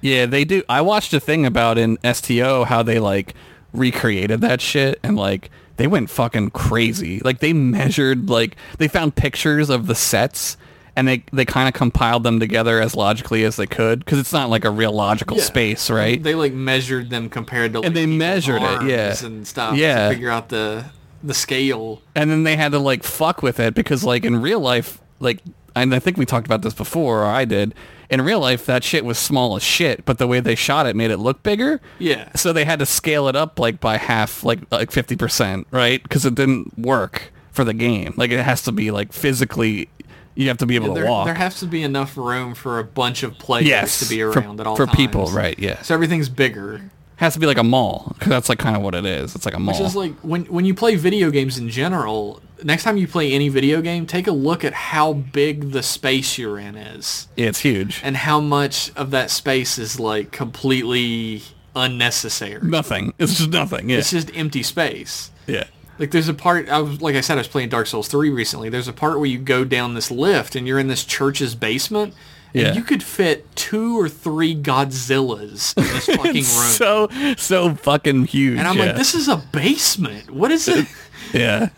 yeah, they do. I watched a thing about in STO how they like recreated that shit and like they went fucking crazy. Like they measured, like they found pictures of the sets and they they kind of compiled them together as logically as they could because it's not like a real logical Yeah. space, right? They like measured them compared to like, they people's measured it, arms yeah. and stuff. Yeah. to figure out the the scale. and then they had to like fuck with it because like in real life like and i think we talked about this before or i did in real life that shit was small as shit but the way they shot it made it look bigger Yeah. so they had to scale it up like by half like like 50% right because it didn't work for the game like it has to be like physically you have to be able to There, walk there has to be enough room for a bunch of players yes to be for- around at all for times. people right yeah So everything's bigger. has to be like a mall because that's like kind of what it is it's like a mall It's just like when when you play video games in general. Next time you play any video game, take a look at how big the space you're in is, yeah, it's huge and how much of that space is like completely unnecessary. nothing it's just nothing yeah It's just empty space. yeah Like there's a part I was like I said I was playing Dark Souls 3 recently. There's a part where you go down this lift and you're in this church's basement and Yeah. you could fit two or three Godzillas in [LAUGHS] this fucking room. so so fucking huge. and I'm yeah. like this is a basement. What is [LAUGHS] it? Yeah,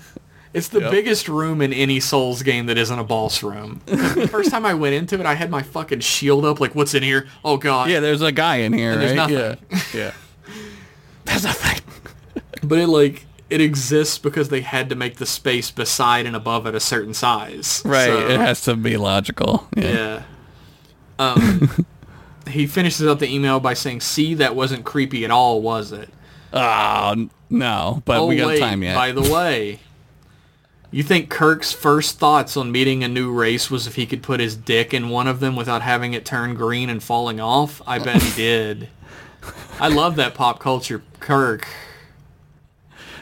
It's the biggest room in any Souls game that isn't a boss [LAUGHS] room. The First time I went into it, I had my fucking shield up, like, what's in here? Oh god. yeah. There's a guy in here, there's right? nothing. Yeah, [LAUGHS] yeah. There's nothing. But it like it exists because they had to make the space beside and above it a certain size. Right. So, It has to be logical. Yeah. yeah. Um, [LAUGHS] he finishes up the email by saying, "See, that wasn't creepy at all, was it?" Oh n- no, but Oh, we got wait, time yet. By the way, you think Kirk's first thoughts on meeting a new race was if he could put his dick in one of them without having it turn green and falling off? I bet he did. I love that pop culture Kirk.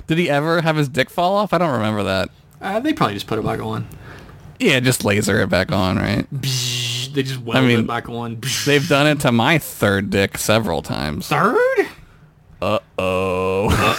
Did he ever have his dick fall off? I don't remember that. Uh, they probably just put it back on. Yeah, just laser it back on, right? They just weld mean, it back on. They've done it to my third dick several times. Third? Oh,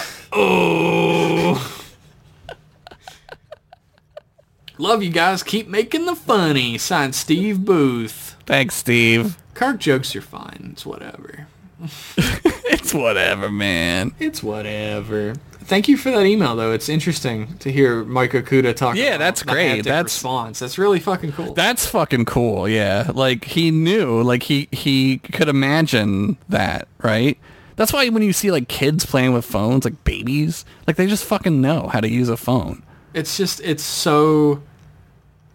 Love you guys. Keep making the funny. Signed Steve Booth. thanks, Steve. Kirk jokes are fine. It's whatever. [LAUGHS] It's whatever, man. It's whatever. Thank you for that email, though. It's interesting to hear Mike Okuda talk. Yeah, about that's the great. haptic That's- response. That's really fucking cool. That's fucking cool. Yeah. Like he knew, like he he could imagine that, right? That's why when you see like kids playing with phones, like babies, like they just fucking know how to use a phone. it's just it's so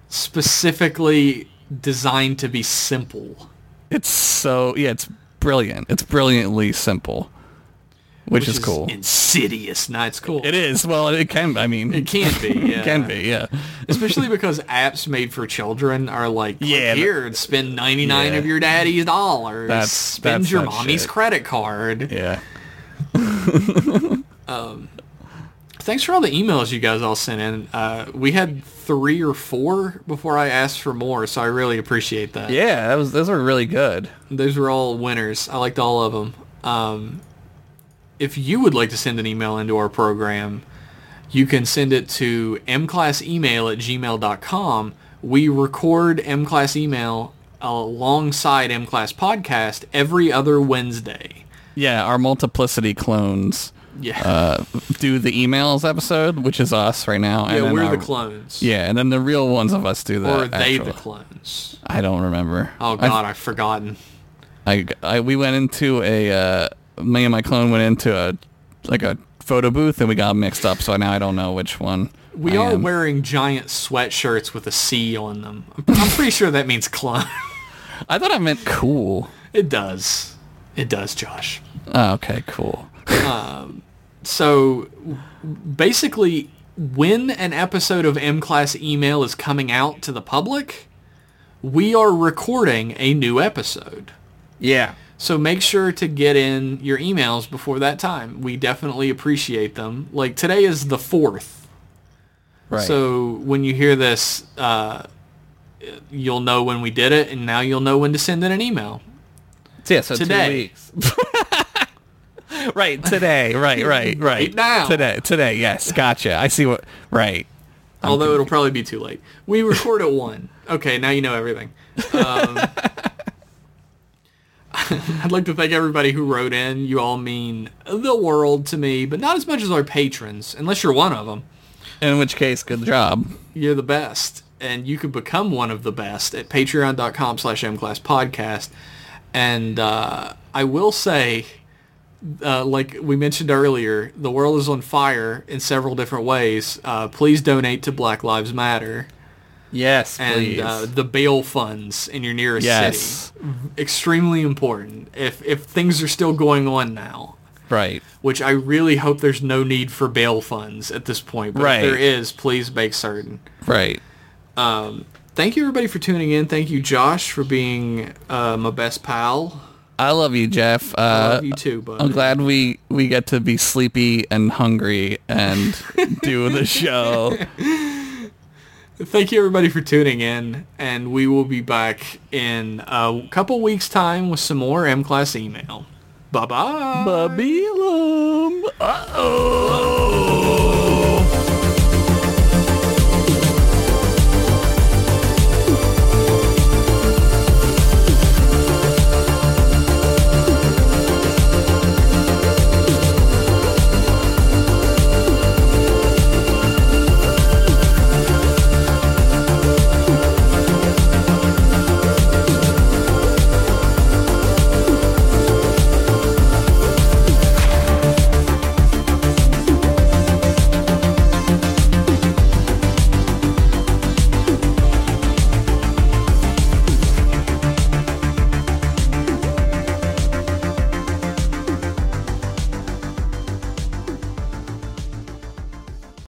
specifically designed to be simple, It's so yeah, it's brilliant. It's brilliantly simple, which, is, cool. Insidious. Nah, it's cool. it is. Well, it can. I mean, It can be. Yeah. [LAUGHS] it can be. Yeah. Especially because apps made for children are like, click Yeah, that- here and spend ninety nine Yeah. of your daddy's dollars. That's- spend that's your that mommy's shit. credit card. Yeah. Thanks for all the emails you guys all sent in. Uh, we had three or four before I asked for more, so I really appreciate that. Yeah, that was those were really good. Those were all winners. I liked all of them. Um, if you would like to send an email into our program, you can send it to mclassemail at gmail.com. We record mclass email alongside mclass podcast every other Wednesday. Yeah, our multiplicity clones Yeah. uh, do the emails episode, which is us right now. and yeah, then we're our- the clones. Yeah, and then the real ones of us do Or that. are they the actual- clones? I don't remember. Oh, I- God, I've forgotten. I, I we went into a uh, me and my clone went into a like a photo booth and we got mixed up. So now I don't know which one. We I are am. wearing giant sweatshirts with a C on them. I'm- I'm pretty sure that means clone. [LAUGHS] I thought I meant cool. it does. It does, Josh. Oh, okay, cool. So basically, when an episode of M Class Email is coming out to the public, we are recording a new episode. Yeah. So make sure to get in your emails before that time. We definitely appreciate them. Like today is the fourth. Right. So when you hear this, uh, you'll know when we did it, and now you'll know when to send in an email. yeah, so today. two weeks. [LAUGHS] right, today. Right, right, right. now. Today, today. Yes, gotcha. I see what. Right. Although it'll probably be too late. We record at one. Okay, now you know everything. Um, [LAUGHS] I'd like to thank everybody who wrote in. You all mean the world to me, but not as much as our patrons, unless you're one of them. In which case, good job. you're the best and you could become one of the best at patreon.com slash mclasspodcast and uh, i will say uh, like we mentioned earlier the world is on fire in several different ways uh, please donate to black lives matter Yes, and uh, the bail funds in your nearest Yes. city extremely important if if things are still going on now right. which I really hope there's no need for bail funds at this point. But Right. if there is, please make certain. Right. Thank you everybody for tuning in. Thank you Josh for being uh, my best pal. I love you, Jeff. Uh, I love you too, bud. I'm glad we we get to be sleepy and hungry and do [LAUGHS] the show. Thank you everybody for tuning in, and we will be back in a couple weeks' time with some more M Class email. Bye bye. Babylon. Uh-oh.